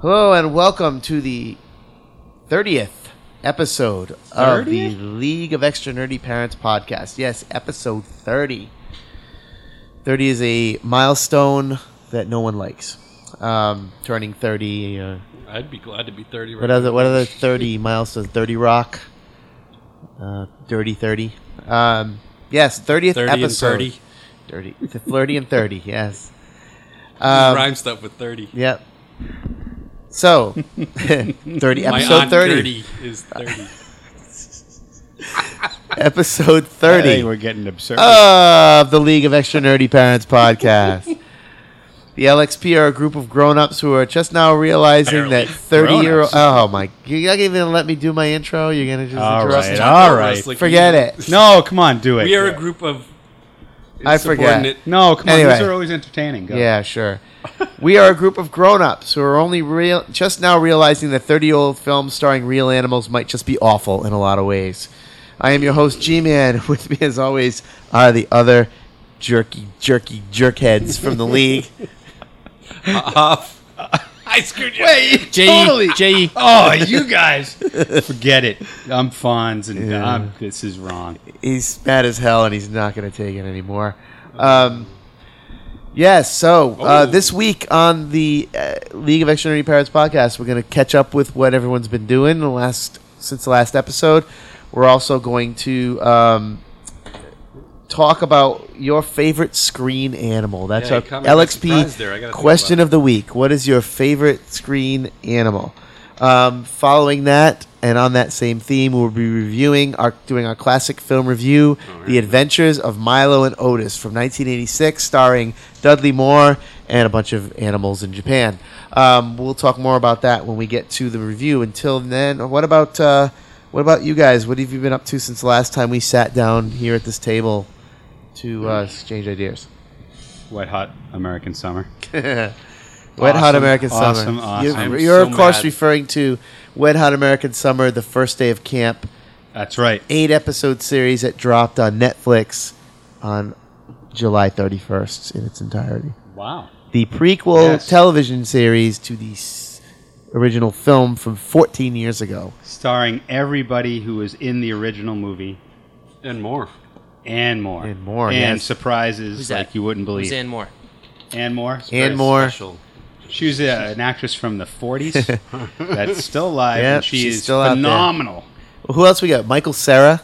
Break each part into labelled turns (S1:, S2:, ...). S1: Hello and welcome to the 30th episode of the
S2: 30th?
S1: League of Extra Nerdy Parents podcast. Yes, episode 30. 30 is a milestone that no one likes. Um, turning 30, uh,
S2: I'd be glad to be 30 right
S1: what other what other 30 milestones? 30 Rock, uh, Dirty 30. Um, yes, 30th
S2: 30 and
S1: episode.
S2: 30.
S1: Dirty, flirty and 30, yes.
S2: Rhymes
S1: Um,
S2: Rhyme stuff with 30.
S1: Yep. So, 30
S2: My
S1: episode
S2: aunt
S1: 30.
S2: Gertie is 30.
S1: Episode
S3: I think
S1: 30
S3: we're getting absurd.
S1: Oh. of the League of Extra Nerdy Parents podcast. the LXP are a group of grown-ups who are just now realizing
S2: Barely
S1: that 30 year old
S3: grown-ups.
S1: Oh my. You're not even going to let me do my intro. You're going to just
S3: All
S1: interrupt
S3: right,
S1: me?
S3: all right.
S2: Wrestling.
S1: Forget it.
S3: no, come on, do it.
S2: We are a group of.
S1: I forget.
S2: insubordinate-
S3: No, come on.
S1: Anyway.
S3: These are always entertaining. Go.
S1: Yeah, sure. we are a group of grown-ups who are only real just now realizing that 30-year-old films starring real animals might just be awful in a lot of ways. I am your host G-Man. With me as always are the other jerky jerky jerkheads from the league.
S2: Off. I screwed you.
S3: Wait,
S2: J-
S3: totally.
S2: J-
S3: Oh, you guys, forget it. I'm Fonz, and I'm, this is wrong.
S1: He's mad as hell and he's not going to take it anymore. Um Yes, so uh,
S2: Oh.
S1: this week on the uh, League of Extraordinary Parents podcast, we're going to catch up with what everyone's been doing the last since the last episode. We're also going to um, talk about your favorite screen animal. That's
S2: Yeah,
S1: our
S2: you caught me by surprise
S1: LXP
S2: there. I gotta think
S1: question
S2: about
S1: of the week. What is your favorite screen animal? Um, following that, and on that same theme, we'll be reviewing our doing our classic film review, The Adventures of Milo and Otis from 1986, starring Dudley Moore and a bunch of animals in Japan. Um, we'll talk more about that when we get to the review. Until then, what about uh, what about you guys? What have you been up to since the last time we sat down here at this table to
S2: Mm.
S1: uh, exchange ideas?
S3: Wet hot American summer.
S1: Wet Hot
S3: Awesome,
S1: American
S3: awesome,
S1: Summer.
S3: awesome.
S1: You're,
S2: I'm
S1: you're
S2: so
S1: of course
S2: mad.
S1: referring to Wet Hot American Summer, the first day of camp,
S3: That's right.
S1: eight episode series that dropped on Netflix on July 31st in its entirety.
S3: Wow.
S1: The prequel
S3: Yes.
S1: television series to the s- original film from 14 years ago.
S3: Starring everybody who was in the original movie
S2: And more.
S3: and more,
S1: And more,
S3: and
S1: yes.
S3: surprises
S4: Who's that?
S3: like you wouldn't believe.
S4: Who's in more?
S3: and more.
S1: and
S2: Very
S1: more.
S2: special.
S3: She was uh, an actress from the '40s that's still alive.
S1: Yep,
S3: and she
S1: she's
S3: is
S1: still out there.
S3: phenomenal.
S1: Who else we got? Michael Sarah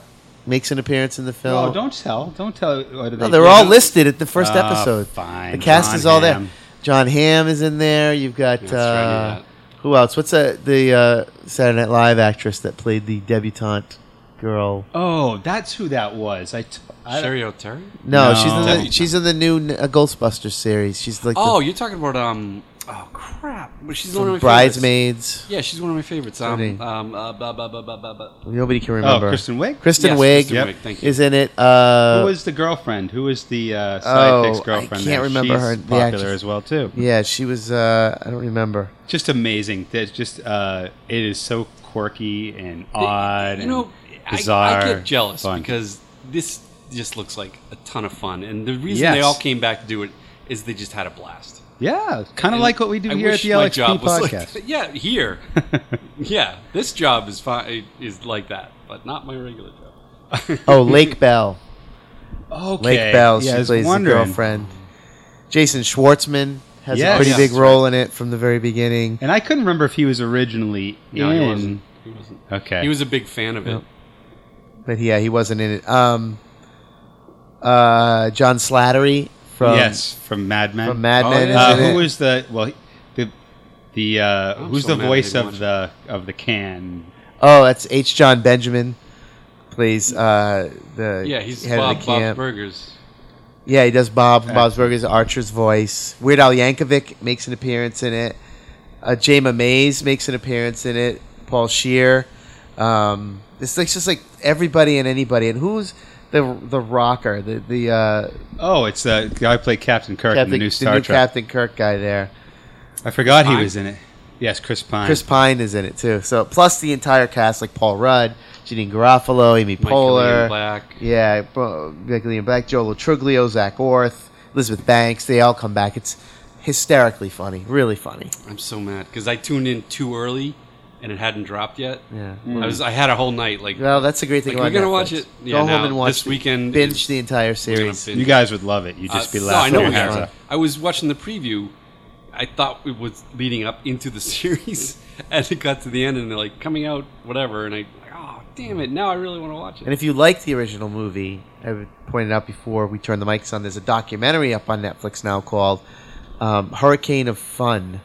S1: makes an appearance in the film.
S3: Oh, don't tell! Don't tell. What are
S1: No,
S3: they
S1: they're
S3: doing?
S1: all listed at the first
S3: Ah,
S1: episode.
S3: fine.
S1: The cast
S3: John
S1: is all there.
S3: Hamm.
S1: John Hamm is in there. You've got
S2: That's right, I
S1: uh,
S2: knew that.
S1: who else? What's that? The uh, Saturday Night Live actress that played the debutante girl.
S3: Oh, that's who that was. I. T- I
S2: Sherry O'Terry?
S1: No,
S3: No.
S1: she's in the,
S2: Debutante.
S1: she's in the new uh, Ghostbusters series. She's like
S2: Oh, you're talking about. um. Oh, crap. But She's one of
S1: the
S2: my favorites.
S1: bridesmaids.
S2: Yeah, she's one of my favorites.
S1: Isn't
S2: Um,
S1: he?
S2: um, uh, ba, ba, ba, ba, ba, ba.
S1: Nobody can
S3: oh,
S1: remember.
S3: Kristen Wiig.
S1: Kristen
S2: Yes,
S1: Wiig
S2: Kristen
S3: Yep.
S2: Wiig, Thank you.
S1: is in it. Uh,
S3: who was the girlfriend? Who was the uh,
S1: Oh,
S3: sidekick's
S1: I
S3: girlfriend?
S1: can't
S3: there?
S1: remember
S3: She's
S1: her- the
S3: Popular
S1: actress.
S3: as well too.
S1: yeah, she was. Uh, I don't remember.
S3: Just amazing. That's just uh, it is so quirky and odd.
S2: You know,
S3: and
S2: I-
S3: bizarre.
S2: I, get jealous
S3: fun.
S2: because this just looks like a ton of fun, and the reason they
S3: Yes.
S2: all came back to do it is they just had a blast.
S3: yeah, kind of
S2: And
S3: like what we do
S2: I
S3: here at
S2: wish
S3: the
S2: my
S3: LXP
S2: job was like
S3: podcast.
S2: that. yeah, here. yeah, this job is fine. Is like that, but not my regular job.
S1: Oh, Lake Bell.
S3: okay.
S1: Lake Bell.
S3: Yeah, I
S1: she
S3: was
S1: plays
S3: wondering.
S1: the girlfriend. Jason Schwartzman has a
S3: Yes.
S1: pretty
S3: Yes,
S1: big
S2: that's
S1: role in it from the very beginning.
S3: And I couldn't remember if he was originally
S2: No,
S3: in.
S2: he wasn't. He wasn't.
S3: Okay.
S2: He was a big fan of it.
S1: But yeah, he wasn't in it. Um, uh, John Slattery from
S3: yes from Mad Men.
S1: from Mad
S2: Oh,
S1: Men.
S2: yeah.
S1: is
S3: Uh,
S1: in it.
S3: who was the well he- the the uh,
S2: I'm
S3: who's
S2: so
S3: the
S2: mad I
S3: voice
S2: didn't
S3: of
S2: watch
S3: the of the can?
S1: oh, that's H. John Benjamin. Plays uh, the
S2: Yeah, he's
S1: head
S2: Bob
S1: of the
S2: Bob's
S1: camp.
S2: Burgers.
S1: yeah, he does Bob from
S3: Uh,
S1: Bob's Burgers. Archer's voice. Weird Al Yankovic makes an appearance in it. Uh, Jama Mays makes an appearance in it. Paul Shear. Um, it's like just like everybody and anybody. And who's the the rocker? The the uh,
S3: Oh, it's the guy who played Captain Kirk in the new Star Trek.
S1: Captain Kirk guy there.
S3: I forgot
S2: Pine?
S3: he was in it. Yes, Chris Pine.
S1: Chris Pine is in it too. So plus the entire cast, like Paul Rudd, Janine Garofalo, Amy
S2: Mike Killian
S1: Poehler,
S2: Black.
S1: yeah, Bro- Michael Ian Black, Joe Truglio, Zach Orth, Elizabeth Banks. They all come back. It's hysterically funny, really funny.
S2: I'm so mad because I tuned in too early, and it hadn't dropped yet.
S1: Yeah.
S2: I was. I had a whole night like
S1: Well, that's the great thing.
S2: Like,
S1: about
S2: you're
S1: Netflix.
S2: gonna watch it, yeah,
S1: Go home
S2: now.
S1: and watch
S2: This weekend
S1: Binge
S2: is-
S1: the entire series.
S2: binge.
S3: You guys would love it. You'd
S2: Uh,
S3: just be
S2: no,
S3: laughing.
S2: I know.
S3: your
S2: we
S3: heads
S2: have.
S3: off.
S2: I was watching the preview. I thought it was leading up into the series, and it got to the end, and they're like coming out, whatever, and I, like, oh damn it! Now I really want to watch
S1: And
S2: it.
S1: if you like the original movie, I would pointed out before we turned the mics on, there's a documentary up on Netflix now called um, Hurricane of Fun.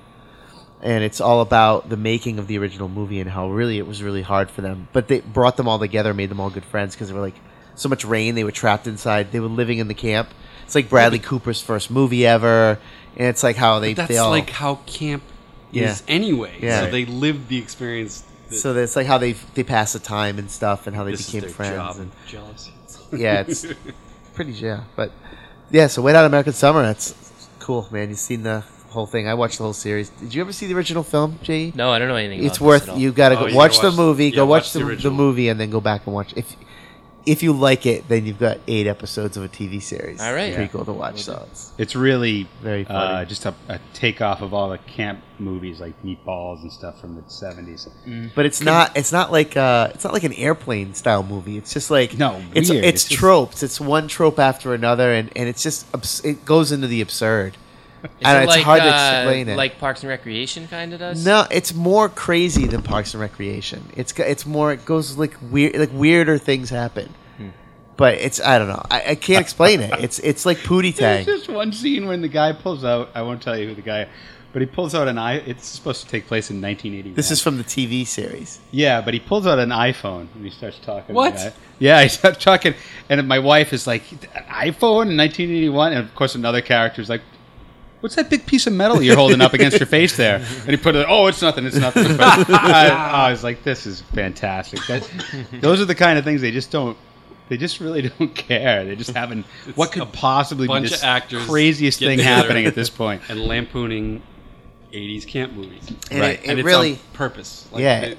S1: And it's all about the making of the original movie and how really it was really hard for them. But they brought them all together, made them all good friends because they were like so much rain, they were trapped inside, they were living in the camp. It's like Bradley Cooper's first movie ever. And it's like how they,
S2: That's
S1: they all.
S2: like how camp
S1: Yeah.
S2: is anyway.
S1: Yeah.
S2: So they lived the experience. That
S1: so that's like how they they pass the time and stuff and how they
S2: this
S1: became
S2: is their
S1: friends.
S2: job.
S1: And,
S2: Jealous.
S1: yeah, it's pretty yeah. But yeah, so Wet Out American Summer. That's cool, man. You've seen the whole thing. I watched the whole series. Did you ever see the original film, Jay?
S4: No, I don't know anything.
S1: It's
S4: about This
S1: worth
S4: at all.
S1: you got to
S2: Oh,
S1: go
S2: you gotta
S1: watch the
S2: watch-
S1: movie.
S2: yeah,
S1: go watch,
S2: watch the
S1: the, the,
S2: original.
S1: movie and then go back and watch if if you like it. Then you've got eight episodes of a TV series.
S4: All right.
S1: prequel to watch. So it's
S3: It's really
S1: Very funny.
S3: uh, just a, a takeoff of all the camp movies like Meatballs and stuff from the seventies.
S1: But it's not. It's not like. Uh, it's not like an airplane style movie. It's just like
S3: No,
S1: It's
S3: weird.
S1: it's
S3: It's just-
S1: tropes. It's one trope after another, and and it's just abs- it goes into the absurd.
S4: Is
S1: and
S4: it
S1: it's
S4: like,
S1: hard to
S4: uh,
S1: explain it.
S4: Like Parks and Recreation kind of does.
S1: No, it's more crazy than Parks and Recreation. It's g- it's more. It goes like weird. Like weirder things happen.
S3: Hmm.
S1: But it's I don't know. I, I can't explain it. It's it's like Pootie Tang.
S3: There's just one scene when the guy pulls out. I won't tell you who the guy, but he pulls out an i. It's supposed to take place in 1981.
S1: This is from the TV series.
S3: yeah, but he pulls out an iPhone and he starts talking. to the
S2: What?
S3: guy. Yeah, he starts talking, and my wife is like, "An iPhone in 1981," and of course another character's like. What's that big piece of metal you're holding up against your face there? And he put it. Oh, it's nothing. It's nothing. But uh, I, I was like, this is fantastic. That, those are the kind of things they just don't. They just really don't care. They're just having what
S2: a
S3: could possibly be
S2: bunch
S3: this
S2: of actors
S3: craziest
S2: get
S3: thing
S2: together.
S3: happening at this point.
S2: and lampooning 80s camp movies.
S1: And
S3: Right.
S1: it,
S2: and
S1: it
S2: it's
S1: really
S2: on purpose. Like,
S1: Yeah.
S2: They,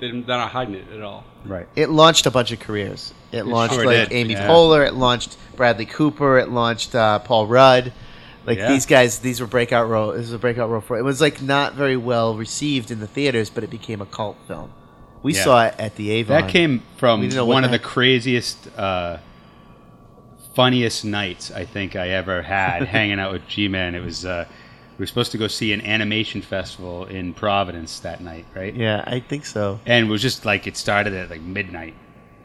S2: they didn't- they're not hiding it at all.
S3: Right.
S1: it launched a bunch of careers. It launched
S3: sure
S1: like
S3: did,
S1: Amy
S3: yeah.
S1: Poehler. It launched Bradley Cooper. It launched uh, Paul Rudd. Like
S3: Yeah.
S1: these guys, these were breakout role. This was a breakout role for it. Was like not very well received in the theaters, but it became a cult film. We
S3: Yeah.
S1: saw it at the Avon.
S3: That came from
S1: We didn't know what
S3: one of
S1: the
S3: the craziest, uh, funniest nights I think I ever had hanging out with G Man. It was uh, we were supposed to go see an animation festival in Providence that night, right?
S1: Yeah, I think so.
S3: And it was just like it started at like midnight,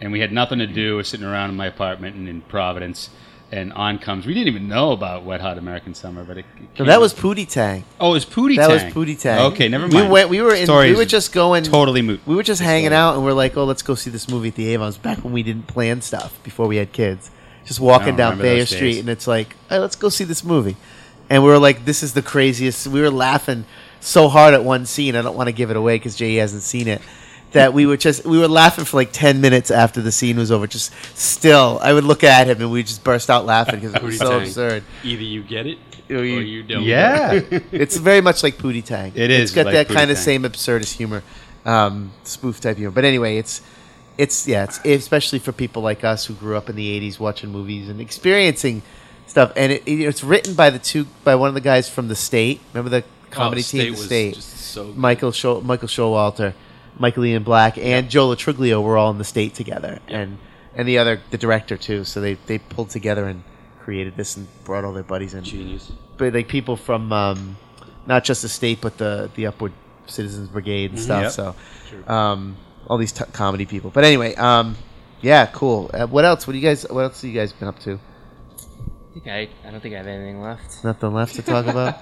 S3: and we had nothing to do. We're sitting around in my apartment and in Providence, and on comes. We didn't even know about Wet Hot American Summer, but it, it
S1: So
S3: came-
S1: that was Pootie Tang.
S3: oh, it was Pootie
S1: That was
S3: Tang.
S1: Pootie Tang.
S3: Okay, never
S1: We
S3: mind.
S1: went. We were in.
S3: Story
S1: we
S3: is
S1: were just going.
S3: totally moot.
S1: We were just hanging
S3: Story.
S1: out, and we're like, "Oh, let's go see this movie at the Avon's." Back when we didn't plan stuff before we had kids, just walking
S3: I
S1: down
S3: Oh, remember
S1: Thayer
S3: those days.
S1: Street, and it's like, hey, "Let's go see this movie," and we were like, "This is the craziest." We were laughing so hard at one scene. I don't want to give it away because Jay hasn't seen it. That we were just we were laughing for like ten minutes after the scene was over. Just still, I would look at him and we just burst out laughing because it was
S2: Pootie
S1: so
S2: Tang.
S1: absurd.
S2: Either you get it
S1: Or
S2: or
S1: you-
S2: you, don't.
S3: Yeah.
S1: It's very much like Pootie Tang.
S3: It
S1: It's
S3: is
S1: got
S3: like
S1: that
S3: Pootie
S1: kind of
S3: Tang.
S1: same absurdist humor, um, spoof type humor. But anyway, it's it's yeah, it's especially for people like us who grew up in the '80s watching movies and experiencing stuff. And it, it- it's written by the two by one of the guys from the State. Remember the comedy team,
S2: oh, State
S1: the
S2: was
S1: State.
S2: Just so good.
S1: Michael Scho- Michael Showalter, Michael Ian Black, and Joe Latriglio were all in the State together, and and the other the director too. So they they pulled together and created this and brought all their buddies in
S2: genius.
S1: but like people from um, not just the state but the the Upward Citizens Brigade and stuff.
S3: Mm-hmm. Yep.
S1: So um, all these t- comedy people. But anyway, um, yeah, cool. Uh, what else? What do you guys? What else have you guys been up to?
S4: I, think I, I don't think I have anything left.
S1: Nothing left to talk about.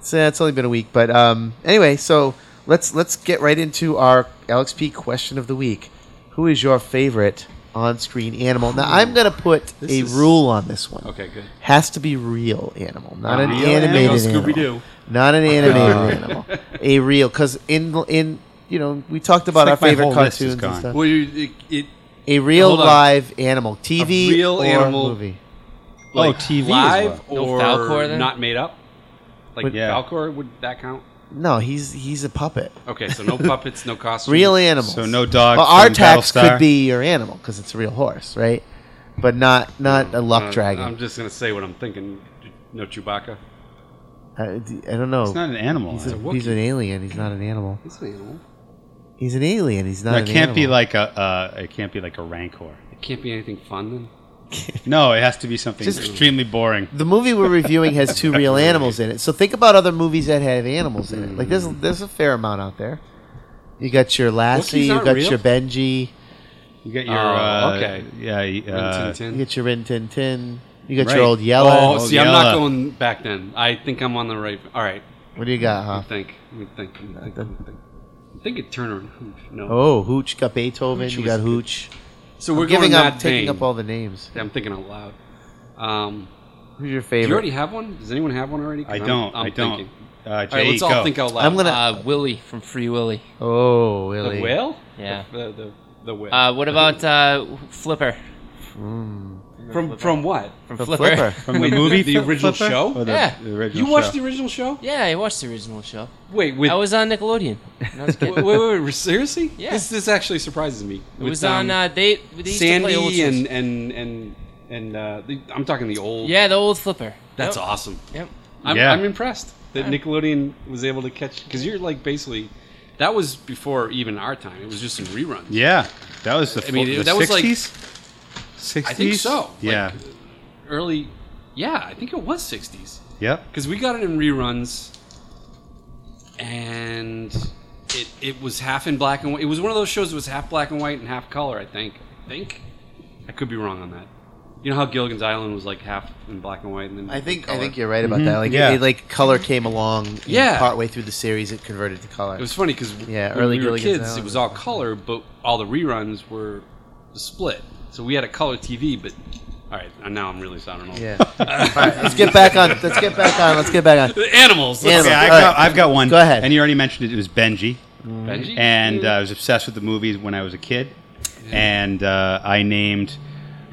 S1: so yeah, it's only been a week, but um, anyway, so let's let's get right into our LXP question of the week. Who is your favorite on-screen animal? Now I'm gonna put a
S3: is-
S1: rule on this one.
S2: Okay, good.
S1: Has to be real animal, not an
S3: Real
S1: animated
S2: animal?
S1: animal.
S2: Scooby-Doo.
S1: Not an animated animal. A real, because in in you know we talked about our
S3: like my
S1: favorite
S3: whole list
S1: cartoons
S3: is
S1: and
S3: gone.
S1: stuff.
S2: Well, you, it, it
S1: A real
S2: Hold on.
S1: live animal, TV
S2: A real
S1: or
S2: animal-
S1: movie.
S3: Oh,
S2: like,
S3: TV as
S2: live
S4: well. No
S2: or
S4: Falcor then?
S2: not made up. Like
S1: Would-
S3: Yeah.
S2: Falcor, would that count?
S1: No, he's he's a puppet.
S2: Okay, so no puppets, no costumes.
S1: Real animals.
S3: So no dog
S1: Well,
S3: from
S1: Artax could
S3: Battlestar?
S1: be your animal because it's a real horse, right? But not not a luck
S2: Uh,
S1: dragon.
S2: I'm just gonna say what I'm thinking. No Chewbacca.
S1: I, d- I don't know.
S3: It's not an animal.
S1: he's, a-
S3: I-
S2: Wookiee.
S1: he's an alien. He's not an animal.
S2: It's an animal.
S1: He's an alien. He's not.
S3: No,
S1: an
S3: it can't be
S1: animal.
S3: like a. Uh, it can't be like a rancor.
S2: It can't be anything fun then.
S3: No, it has to be something
S1: Just-
S3: extremely boring.
S1: the movie we're reviewing has two real animals in it. So think about other movies that have animals in it. Like there's there's a fair amount out there. You got your Lassie,
S2: Wookiees
S1: you
S2: aren't
S1: got
S2: real?
S1: your Benji,
S3: You got your.
S2: Oh,
S3: uh,
S2: okay.
S3: Yeah. y- Uh,
S1: you got your Rin Tin Tin, you got
S3: Right.
S1: your old Yeller.
S2: oh,
S3: Oh,
S2: see, I'm not
S3: Yella.
S2: going back then. I think I'm on the right. All right.
S1: What do you got,
S2: I
S1: huh?
S2: think. I think. I think. I think. I think it Turner and Hooch. No.
S1: Oh, Hooch you got Beethoven.
S2: Hooch
S1: you
S2: was
S1: got
S2: good.
S1: Hooch.
S2: so we're
S1: I'm giving
S2: going
S1: up,
S2: that
S1: taking
S2: vein.
S1: up all the names.
S2: I'm thinking out loud. Um,
S1: Who's your
S2: do you already
S1: favorite?
S2: have one? Does anyone have one already? 'Cause
S3: I
S2: I'm-
S3: don't.
S2: I'm
S3: I don't.
S2: thinking.
S3: Uh, Jay,
S2: All right, let's all
S3: go.
S2: think out loud.
S1: I'm gonna.
S4: Uh, Willie from Free Willy.
S1: oh,
S2: the
S1: really?
S2: whale.
S4: E Yeah.
S2: The the, the whale.
S4: Uh, what about uh, Flipper?
S1: Mm.
S2: from from what?
S4: From
S1: The
S4: Flipper.
S1: Flipper.
S3: From
S2: Wait,
S3: the movie,
S2: the
S3: Flip-
S2: original
S3: Flipper?
S2: show?
S3: Or the,
S4: Yeah.
S3: the original
S2: You watched
S3: show?
S2: the original show?
S4: Yeah, I watched the original show.
S2: Wait, with
S4: I was on Nickelodeon. When I was a kid.
S2: wait, wait, wait, wait, seriously?
S4: Yeah.
S2: This this actually surprises me.
S4: It was on. Uh, they, they used to play old
S2: um, Sandy and
S4: shows.
S2: and and and uh, the, I'm talking the old.
S4: yeah, the old Flipper.
S2: that's
S4: Yep.
S2: awesome.
S4: Yep.
S2: I'm,
S3: Yeah.
S2: I'm impressed that Nickelodeon was able to catch because you're like basically that was before even our time. It was just some reruns.
S3: Yeah, that was the.
S2: I mean,
S3: fo-
S2: it-
S3: the
S2: that was like-
S3: 60s? 60s?
S2: I think so. Like,
S3: Yeah.
S2: early. Yeah, I think it was 60s
S3: yep.
S2: because we got it in reruns, and it it was half in black and white. It was one of those shows that was half black and white and half color. I think. I think. I could be wrong on that. You know how Gilligan's Island was like half in black and white, and then
S1: I think I
S2: color?
S1: think you're right about
S3: Mhm.
S1: that. Like
S3: Yeah.
S1: it- like color came along. and
S2: Yeah.
S1: Partway through the series, it converted to color.
S2: It was funny because
S1: Yeah,
S2: when
S1: early
S2: we were
S1: Gilligan's
S2: kids,
S1: Island
S2: it was
S1: was
S2: all color, but all the reruns were split. So we had a color TV, but all right, and now I'm really sounding old.
S1: yeah. all right, let's get back on. Let's get back on. Let's get back on.
S2: The animals.
S1: Yeah,
S2: let's-
S3: Okay, I've,
S1: All right.
S3: got, I've got one.
S1: Go ahead.
S3: And you already mentioned it. It was Benji.
S2: Benji?
S3: and uh, I was obsessed with the movies when I was a kid. And uh, I named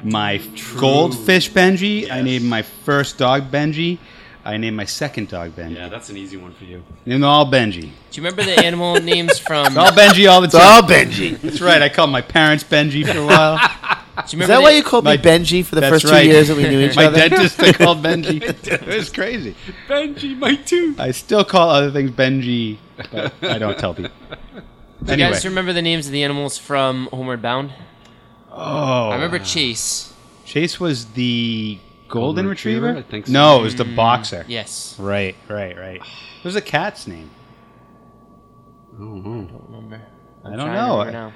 S3: my goldfish Benji. I
S2: Yes.
S3: named my first dog Benji. I named my second dog Benji.
S2: yeah, that's an easy one for you.
S3: Named them all Benji.
S4: Do you remember the animal names from?
S3: It's all Benji all the
S1: It's all
S3: time.
S1: Benji.
S3: That's right. I called my parents Benji for a while.
S4: Do you
S1: Is
S4: remember
S1: that why
S4: the-
S1: you called me
S3: My-
S1: Benji for the
S3: that's
S1: first
S3: right.
S1: two years that we knew each
S3: my
S1: other?
S3: dentist I called Benji. It was crazy.
S2: Benji, my tooth.
S3: I still call other things Benji, but I don't tell people.
S4: Do you
S3: Anyway.
S4: guys remember the names of the animals from Homeward Bound?
S3: Oh.
S4: I remember Chase.
S3: Chase was the golden,
S2: Golden
S3: retriever?
S2: retriever? I think so.
S3: No, it was the boxer.
S4: Yes.
S3: Right, right, right. What was the cat's name? Mm-hmm.
S4: Don't remember.
S3: I
S4: I'm
S3: don't
S4: trying to
S3: know.
S4: remember now.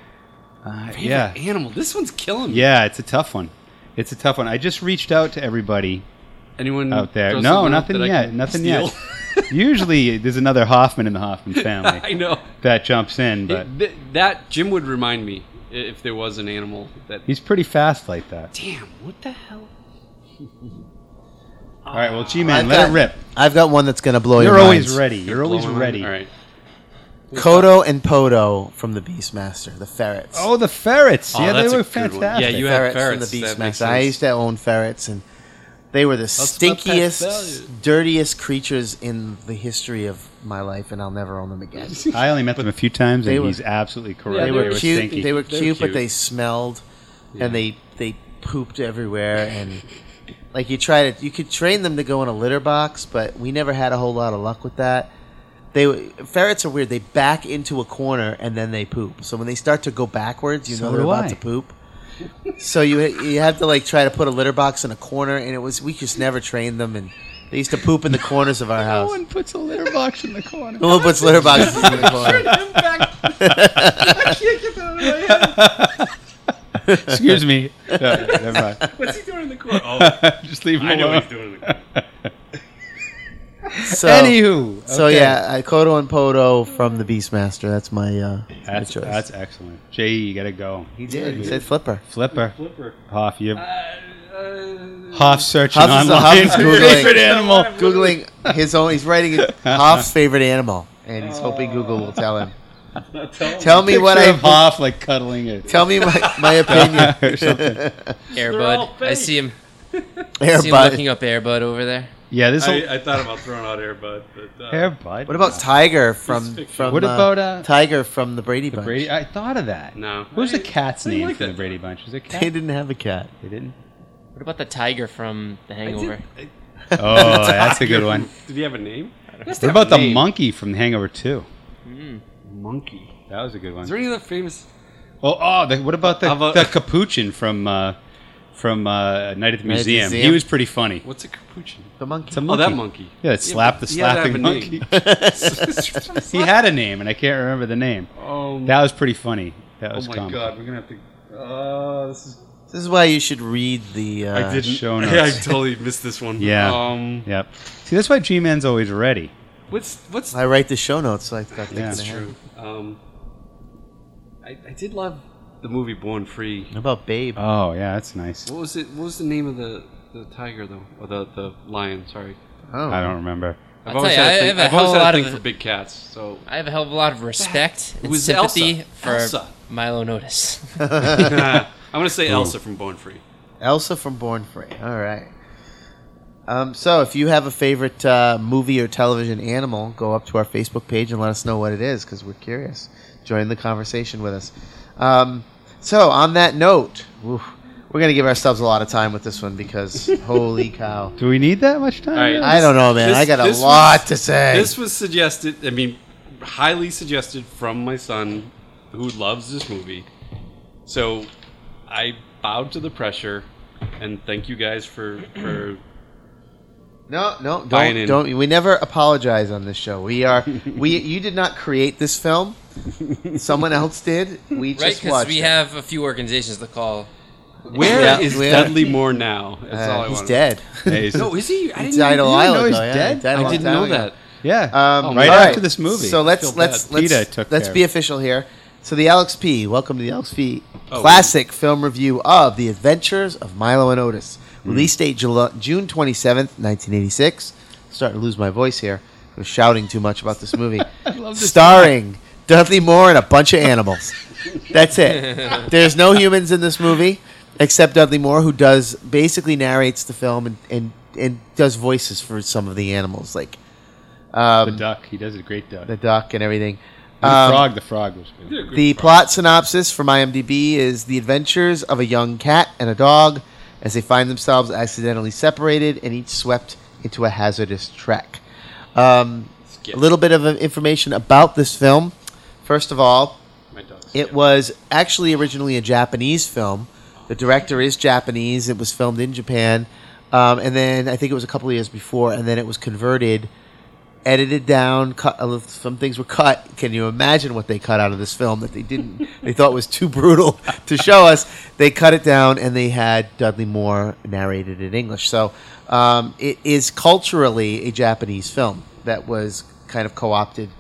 S3: Uh, yeah,
S2: Animal. This one's killing me.
S3: yeah. It's a tough one. It's a tough one. I just reached out to everybody.
S2: Anyone
S3: Out there.
S2: throw
S3: No,
S2: something out
S3: nothing
S2: that I
S3: yet,
S2: can
S3: nothing
S2: steal?
S3: Usually, there's another Hoffman in the Hoffman
S2: I
S3: family
S2: know.
S3: that jumps in, but
S2: It- th- that Jim would remind me i- if there was an animal that.
S3: he's pretty fast like that.
S2: Damn! What the hell? Ah,
S3: All right, well,
S1: I've
S3: G-Man, let
S1: got-
S3: it rip.
S1: I've got one that's gonna blow
S3: You're
S1: your
S3: always
S1: minds.
S3: ready. You're always
S2: Blowing my-
S3: ready.
S2: All right.
S1: Kodo and Podo from the Beastmaster, the ferrets.
S3: Oh, the ferrets.
S2: Oh,
S3: yeah,
S2: that's
S3: they
S2: a
S3: were
S2: good one.
S3: fantastic.
S2: Yeah, you
S1: the
S2: had
S1: ferrets,
S2: ferrets,
S1: from the
S2: that makes
S1: Beastmaster. I
S2: sense.
S1: used to own ferrets, and they were the
S2: my pet value.
S1: stinkiest, dirtiest creatures in the history of my life, and I'll never own them again.
S3: I only met them a few times,
S1: They
S3: and
S1: were-
S3: he's absolutely correct.
S2: Yeah,
S1: they
S2: they
S1: were
S2: were
S1: cute.
S3: stinky.
S1: They were
S2: They were
S1: cute, but
S2: cute.
S1: they smelled, and they they pooped everywhere. And like you try to, you could train them to go in a litter box, but we never had a whole lot of luck with that. They w- ferrets are weird. They back into a corner and then they poop. So when they start to go backwards, you
S3: So
S1: know they're
S3: do
S1: about
S3: I.
S1: to poop. So you you have to like try to put a litter box in a corner, and it was we just never trained them, and they used to poop in the corners of our
S3: No
S1: house.
S3: one puts a litter box in the corner.
S1: No one puts litter boxes in the corner.
S3: Excuse me. No, never mind.
S2: What's he doing in the corner? Oh,
S3: Just leave him
S2: I know
S3: alone.
S2: what he's doing in the corner.
S1: So,
S3: Anywho.
S1: So
S3: okay.
S1: yeah, I, Kodo and Podo from the Beastmaster. That's my, uh, that's my
S3: That's,
S1: choice.
S3: that's excellent. Jay, you gotta go.
S1: he did. He said Flipper.
S3: Flipper.
S2: Flipper.
S3: Hoff, you
S2: Uh, uh,
S3: Hoff searching
S1: Hoff is-
S3: online.
S1: Hoff is Googling.
S3: Favorite animal.
S1: Googling his own. He's writing Hoff's favorite animal, and he's hoping Google will tell him. Tell me what
S3: Picture
S1: I.
S3: of Hoff like cuddling it.
S1: Tell me my, my opinion.
S3: or something.
S2: all
S4: Airbud.
S2: fake.
S4: I see him. I see him
S1: Airbud.
S4: looking up Airbud over there.
S3: Yeah, this whole
S2: I, uh, I thought about throwing out Airbud, but uh,
S3: hair bud.
S1: What about Tiger from
S2: fiction.
S1: from?
S3: What
S1: uh,
S3: about, uh,
S1: Tiger from the Brady Bunch?
S3: Brady? uh, I thought of that.
S2: No.
S3: What was the cat's
S2: I didn't
S3: name
S2: like
S3: for the
S2: that.
S3: Brady Bunch? Was it
S1: They
S3: cat?
S1: didn't have a cat.
S3: They didn't.
S4: What about the tiger from The
S2: I did-
S4: Hangover?
S2: I-
S3: Oh, that's a good one.
S2: Did he have a name? What
S3: What about the monkey from The Hangover Two?
S2: Monkey.
S3: That was a good one.
S2: Is there any other famous?
S3: Oh, oh the, what about the,
S2: How about-
S3: the capuchin from uh, from uh, Night at the
S1: Night at the
S3: Museum? He
S1: Museum.
S3: was pretty funny.
S2: What's a capuchin?
S1: The monkey.
S3: It's a
S2: Oh, that monkey.
S3: Yeah, it slapped the
S2: but he had to
S3: slapping
S2: have a name.
S3: monkey. he had a name, and I can't remember the name.
S2: Oh,
S3: That was pretty funny. That
S2: oh
S3: was
S2: my
S3: comical.
S2: god, we're gonna have to. Uh, this is.
S1: This is why you should read the. Uh,
S2: I didn't.
S3: show
S2: Yeah, I
S3: notes.
S2: totally missed this one.
S3: Yeah.
S2: Um.
S3: Yep. See, that's why G-Man's always ready.
S2: What's what's
S1: I write the show notes, so I got
S3: Yeah.
S1: things
S3: That's
S1: in hand.
S2: true? Um. I, I did love the movie Born Free.
S1: How about Babe?
S3: Oh, yeah, that's nice.
S2: What was it? What was the name of the the tiger though, or the the lion? Sorry.
S1: Oh.
S3: I don't remember.
S4: I'll tell you, I have a
S2: I've
S4: hell
S2: always
S4: of
S2: had
S4: a lot
S2: a thing
S4: of-
S2: for big cats. So
S4: I have a hell of a lot of respect
S2: It
S4: and
S2: was
S4: sympathy
S2: Elsa.
S4: for
S2: Elsa.
S4: Milo Notice.
S2: I'm gonna say Elsa from Born Free.
S1: Elsa from Born Free. All right. Um, so, if you have a favorite uh, movie or television animal, go up to our Facebook page and let us know what it is because we're curious. Join the conversation with us. Um, so, on that note, whew, we're going to give ourselves a lot of time with this one because holy cow.
S3: Do we need that much time?
S2: All right.
S1: I don't know, man.
S2: This-
S1: I got a
S2: this
S1: lot
S2: was-
S1: to say.
S2: This was suggested. I mean, highly suggested from my son, who loves this movie. So I bowed to the pressure, and thank you guys for for
S1: No, no,
S2: Buying in.
S1: don't, don't. We never apologize on this show. We are, we. You did not create this film. Someone else did. We
S4: right?
S1: just
S4: Because
S1: watched.
S4: we
S1: it.
S4: have a few organizations to call.
S2: Where
S1: Yeah,
S2: is
S1: where?
S2: Dudley Moore now? That's
S1: Uh,
S2: all I
S1: he's
S2: wanted.
S1: dead.
S3: Hey, so-
S2: No, is he? I
S1: He
S2: didn't
S1: died a
S2: know,
S1: while
S3: know
S1: ago.
S3: he's
S1: yeah,
S3: dead?
S1: He died a
S2: I
S1: long
S2: didn't
S1: time
S2: know
S1: ago.
S2: that.
S3: yeah.
S1: Um, all
S3: Oh, right
S1: right.
S3: after this movie.
S1: So let's
S2: Feel
S1: let's
S2: bad.
S1: let's
S3: PETA took
S1: let's
S3: care
S1: be
S3: of
S1: official here. So the LXP, welcome to the LXP
S2: Oh.
S1: classic film review of The Adventures of Milo and Otis. Release date Jul- June twenty seventh, nineteen eighty six. Starting to lose my voice here. I'm shouting too much about this movie. Starring Dudley Moore and a bunch of animals. That's it. There's no humans in this movie except Dudley Moore, who does basically narrates the film and and, and does voices for some of the animals, like
S3: the duck. He does a great duck.
S1: the
S3: The,
S1: duck and everything. Um,
S3: frog. The frog was good.
S1: the plot synopsis from IMDb is the adventures of a young cat and a dog as they find themselves accidentally separated and each swept into a hazardous trek. Um,
S2: Skip.
S1: a little bit of uh, information about this film. First of all,
S2: My dog's
S1: it
S2: dead.
S1: was actually originally a Japanese film. The director is Japanese. It was filmed in Japan. Um, and then I think it was a couple of years before, and then it was converted, edited down. Cut, uh, some things were cut. Can you imagine what they cut out of this film that they didn't? they thought was too brutal to show us. They cut it down, and they had Dudley Moore narrated in English. So um, it is culturally a Japanese film that was kind of co-opted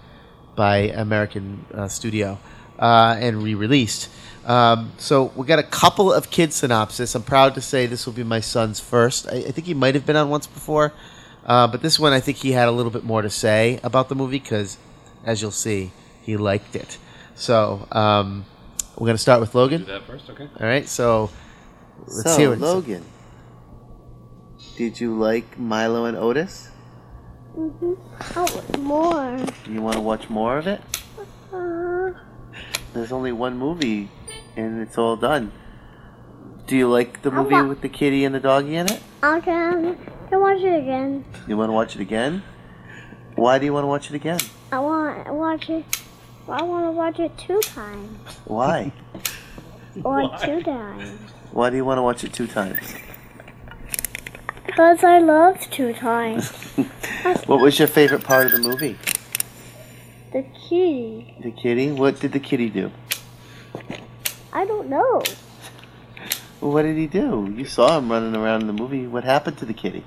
S1: by American uh, studio uh, and re-released. Um, so we got a couple of kid synopsis. I'm proud to say this will be my son's first. I, I think he might have been on once before, uh, but this one I think he had a little bit more to say about the movie because, as you'll see, he liked it. So um, we're gonna start with
S2: Do
S1: Logan.
S2: that first, okay?
S1: All right, so let's
S5: so,
S1: hear it.
S5: Logan, did you like Milo and Otis?
S6: Mm-hmm. I want more.
S5: You want to watch more of it?
S6: Uh,
S5: There's only one movie, and it's all done. Do you like the
S6: I
S5: movie
S6: want-
S5: with the kitty and the doggy in it?
S6: I can, can watch it again.
S5: You want to watch it again? Why do you want to watch it again?
S6: I want to watch it. I want to watch it two times
S5: Why?
S6: or two times
S5: Why do you want to watch it two times?
S6: because I love two times.
S5: What was your favorite part of the movie?
S6: The kitty.
S5: The kitty? What did the kitty do?
S6: I don't know.
S5: What did he do? You saw him running around in the movie. What happened to the kitty?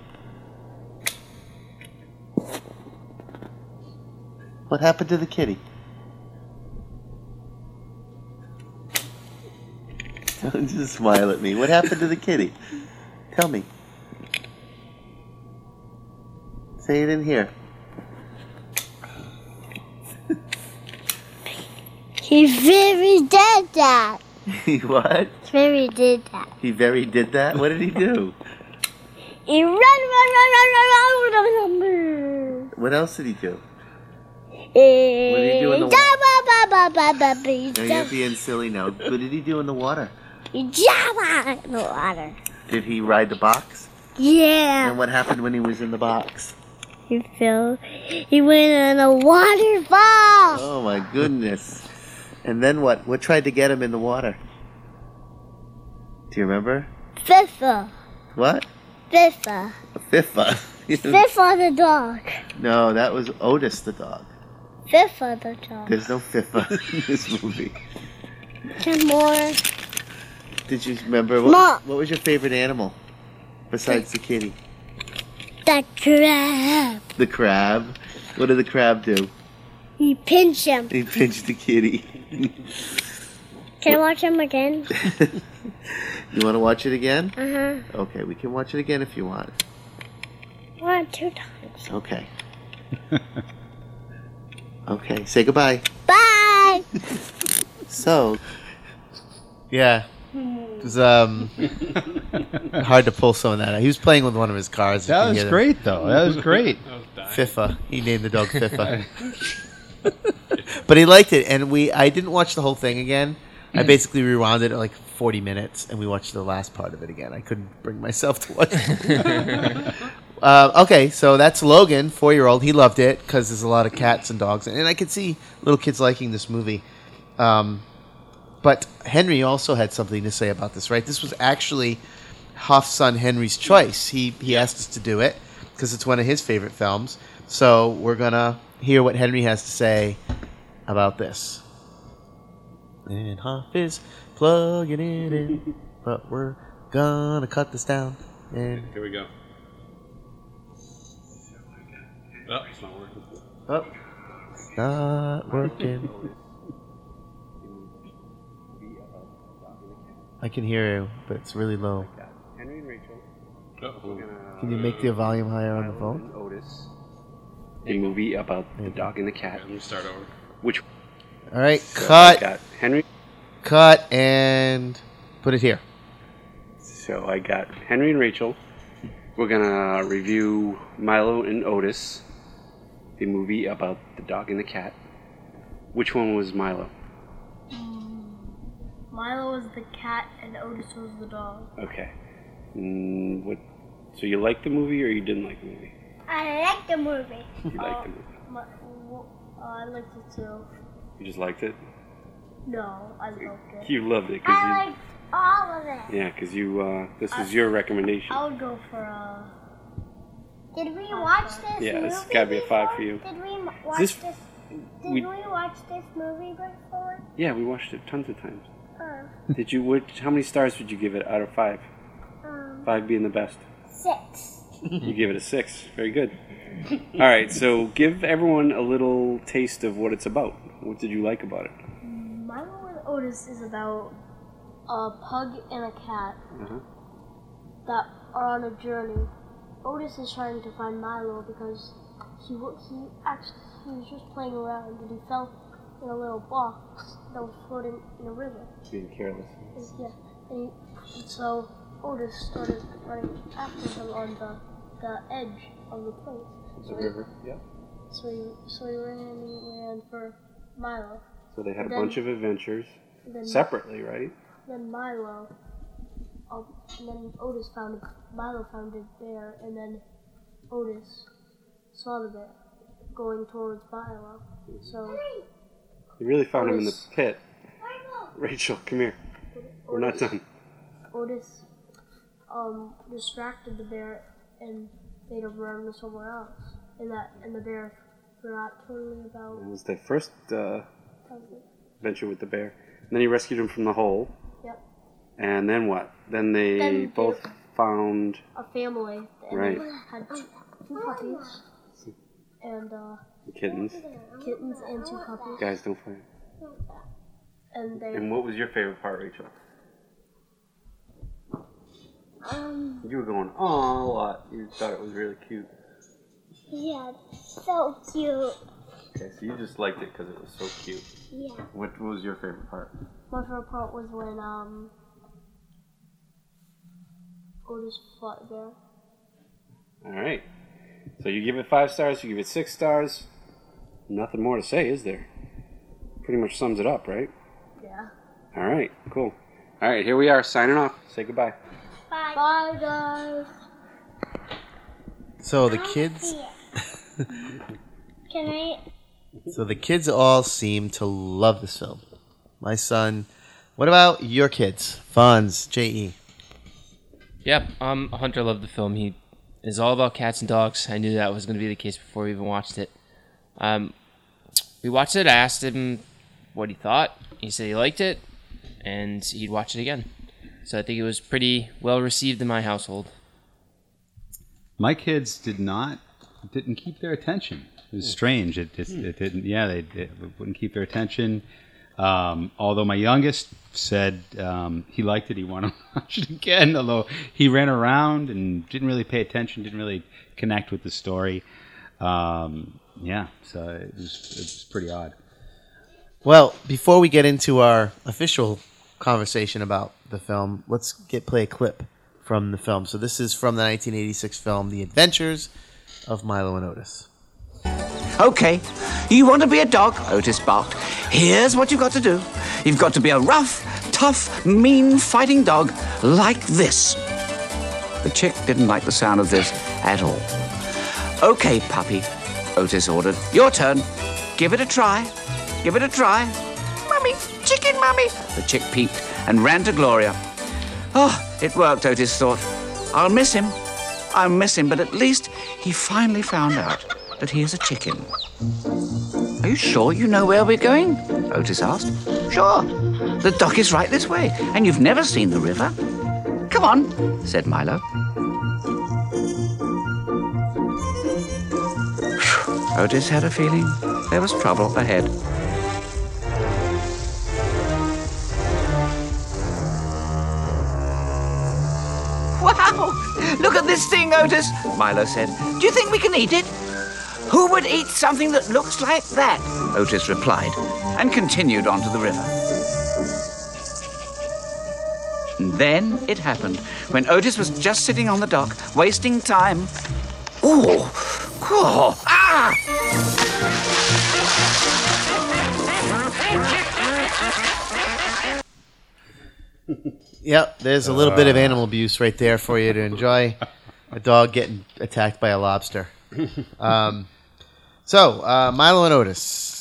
S5: What happened to the kitty? Don't just smile at me. What happened to the kitty? Tell me. Say it in here.
S6: He very did that.
S5: He what?
S6: He very did that.
S5: He very did that? What did he do?
S6: He run, run, run, run, run, run, run, run, run.
S5: What else did he do?
S6: What
S5: did he do in the No, you're
S6: water?
S5: being silly now. What did he do in the water?
S6: He jump in the water.
S5: Did he ride the box?
S6: Yeah.
S5: And what happened when he was in the box?
S6: He fell. He went on a waterfall.
S5: Oh my goodness. And then what? What tried to get him in the water? Do you remember?
S6: Fifa.
S5: What?
S6: Fifa.
S5: A FIFA.
S6: Fifa the dog.
S5: no, that was Otis the dog.
S6: Fifa the dog.
S5: There's no FIFA in this movie.
S6: Some more.
S5: Did you remember what,
S6: Mom.
S5: what was your favorite animal besides the kitty?
S6: The crab.
S5: The crab. What did the crab do?
S6: He pinched him.
S5: He pinched the kitty.
S6: Can I watch him again?
S5: You want to watch it again?
S6: Uh huh.
S5: Okay, we can watch it again if you want.
S6: One, two times.
S5: Okay. Okay, say goodbye.
S6: Bye.
S5: So,
S1: Yeah.
S7: Hmm.
S1: It was um, hard to pull some of that out. He was playing with one of his cars. You
S3: That
S1: can
S3: was
S1: hear them.
S3: great, though. That was great.
S2: I was dying.
S1: FIFA. He named the dog FIFA. but he liked it, and we. I didn't watch the whole thing again. I basically rewound it at like 40 minutes, and we watched the last part of it again. I couldn't bring myself to watch. it. uh, okay, so that's Logan, four year old. He loved it because there's a lot of cats and dogs, and, and I could see little kids liking this movie. Um, but Henry also had something to say about this, right? This was actually Hoff's son Henry's choice. He he asked us to do it because it's one of his favorite films. So we're gonna hear what Henry has to say about this. And Hoff is plugging it in, but we're gonna cut this down. And
S2: Here we go. Oh, it's not working.
S1: oh, it's not working. I can hear you, but it's really low.
S8: Henry and Rachel.
S2: Oh,
S1: Can you make the volume higher on the phone?
S8: Otis. A movie about the dog and the
S2: okay,
S8: cat.
S2: let me start over.
S1: All right,
S8: So I
S1: cut,
S8: got Henry.
S1: cut, and put it here.
S8: So I got Henry and Rachel. We're gonna review Milo and Otis, the movie about the dog and the cat. Which one was Milo?
S7: Milo was the cat and Otis was the dog.
S8: Okay. Mm, what? So you liked the movie or you didn't like the movie?
S7: I like the movie.
S8: You liked the movie.
S7: My, w- uh, I liked it too.
S8: You just liked it.
S7: No, I loved it.
S8: You loved it because
S7: I
S8: you.
S7: liked all of it.
S8: Yeah, because you. Uh, this is your recommendation.
S7: I would go for a.
S6: Did we watch this
S8: Yeah, it's gotta be a five for you.
S6: Did we
S8: watch This- this- did we- we
S6: watch this movie before? Uh,
S8: Yeah, we watched it tons of times. Did you? What? How many stars would you give it out of five? Five being the best.
S6: um, Six.
S8: You give it a six. Very good. All right. So give everyone a little taste of what it's about. What did you like about it?
S7: Milo and Otis is about a pug and a cat
S8: Uh-huh.
S7: that are on a journey. Otis is trying to find Milo because he wa- he actually he was just playing around and he fell in a little box that was floating in a river.
S8: Being careless.
S7: And yeah, and, he, and so Otis started running after him on the, the edge of the place.
S8: The
S7: So
S8: river. Yeah.
S7: He, so he so he ran and he ran for Milo.
S8: So they had a
S7: Then-
S8: bunch of adventures
S7: And then
S8: separately, right?
S7: Then Milo, oh, and then Otis found Milo found a bear, and then Otis saw the bear going towards Milo. So
S8: You really found them in the
S7: Otis.
S8: pit. Rachel, come here. We're not done.
S7: Otis um, distracted the bear and made him run somewhere else, and that and the bear forgot totally about
S8: It was the first uh, adventure with the bear. And then he rescued him from the hole.
S7: Yep.
S8: And then what? Then they
S7: Then they-
S8: both found.
S7: a family and
S8: Right.
S7: had two, two puppies and uh,
S8: Kittens.
S7: kittens and two puppies,
S8: Guys, don't fight.
S7: and they
S8: And what was your favorite part, Rachel?
S6: Um.
S8: You were going, oh, a lot. You thought it was really cute.
S6: Yeah. So cute.
S8: Okay, so you just liked it because it was so cute.
S6: Yeah.
S8: What was your favorite part?
S7: My favorite part was when um Otis fought a bear.
S8: All right. So you give it five stars, you give it six stars. Nothing more to say, is there? Pretty much sums it up, right?
S7: Yeah.
S8: All right, cool. All right, here we are signing off. Say goodbye.
S7: Bye. Bye guys.
S1: So the kids,
S7: Can I?
S1: so the kids all seem to love this film. My son. What about your kids, Fonz, E. Je?
S4: Yep. Um, Hunter loved the film. He is all about cats and dogs. I knew that was going to be the case before we even watched it. Um, we watched it. I asked him what he thought. He said he liked it, and he'd watch it again. So I think it was pretty well received in my household.
S3: My kids did not didn't keep their attention. It was strange. It just it didn't. Yeah, they, they wouldn't keep their attention. Um, although my youngest said um, he liked it, he wanted to watch it again. Although he ran around and didn't really pay attention, didn't really connect with the story. Um, yeah, so it was, it was pretty odd.
S1: Well, before we get into our official conversation about the film, let's get play a clip from the film. So this is from the 1986 film, The Adventures of Milo and Otis.
S9: Okay, you want to be a dog, Otis barked. Here's what you've got to do you've got to be a rough, tough, mean fighting dog like this. The chick didn't like the sound of this at all. Okay, puppy, Otis ordered. Your turn. Give it a try. Give it a try. Mummy, chicken, mummy. The chick peeped and ran to Gloria. Oh, it worked, Otis thought. I'll miss him. I'll miss him, but at least he finally found out that he is a chicken. Are you sure you know where we're going? Otis asked. Sure. The dock is right this way, and you've never seen the river. Come on, said Milo. Phew, Otis had a feeling there was trouble ahead. Wow! Look at this thing, Otis, Milo said. Do you think we can eat it? Who would eat something that looks like that? Otis replied, and continued on to the river. And then it happened, when Otis was just sitting on the dock, wasting time. Ooh! Oh, ah!
S1: Yep, there's a little bit of animal abuse right there for you to enjoy. a dog getting attacked by a lobster. Um, so, uh, Milo and Otis.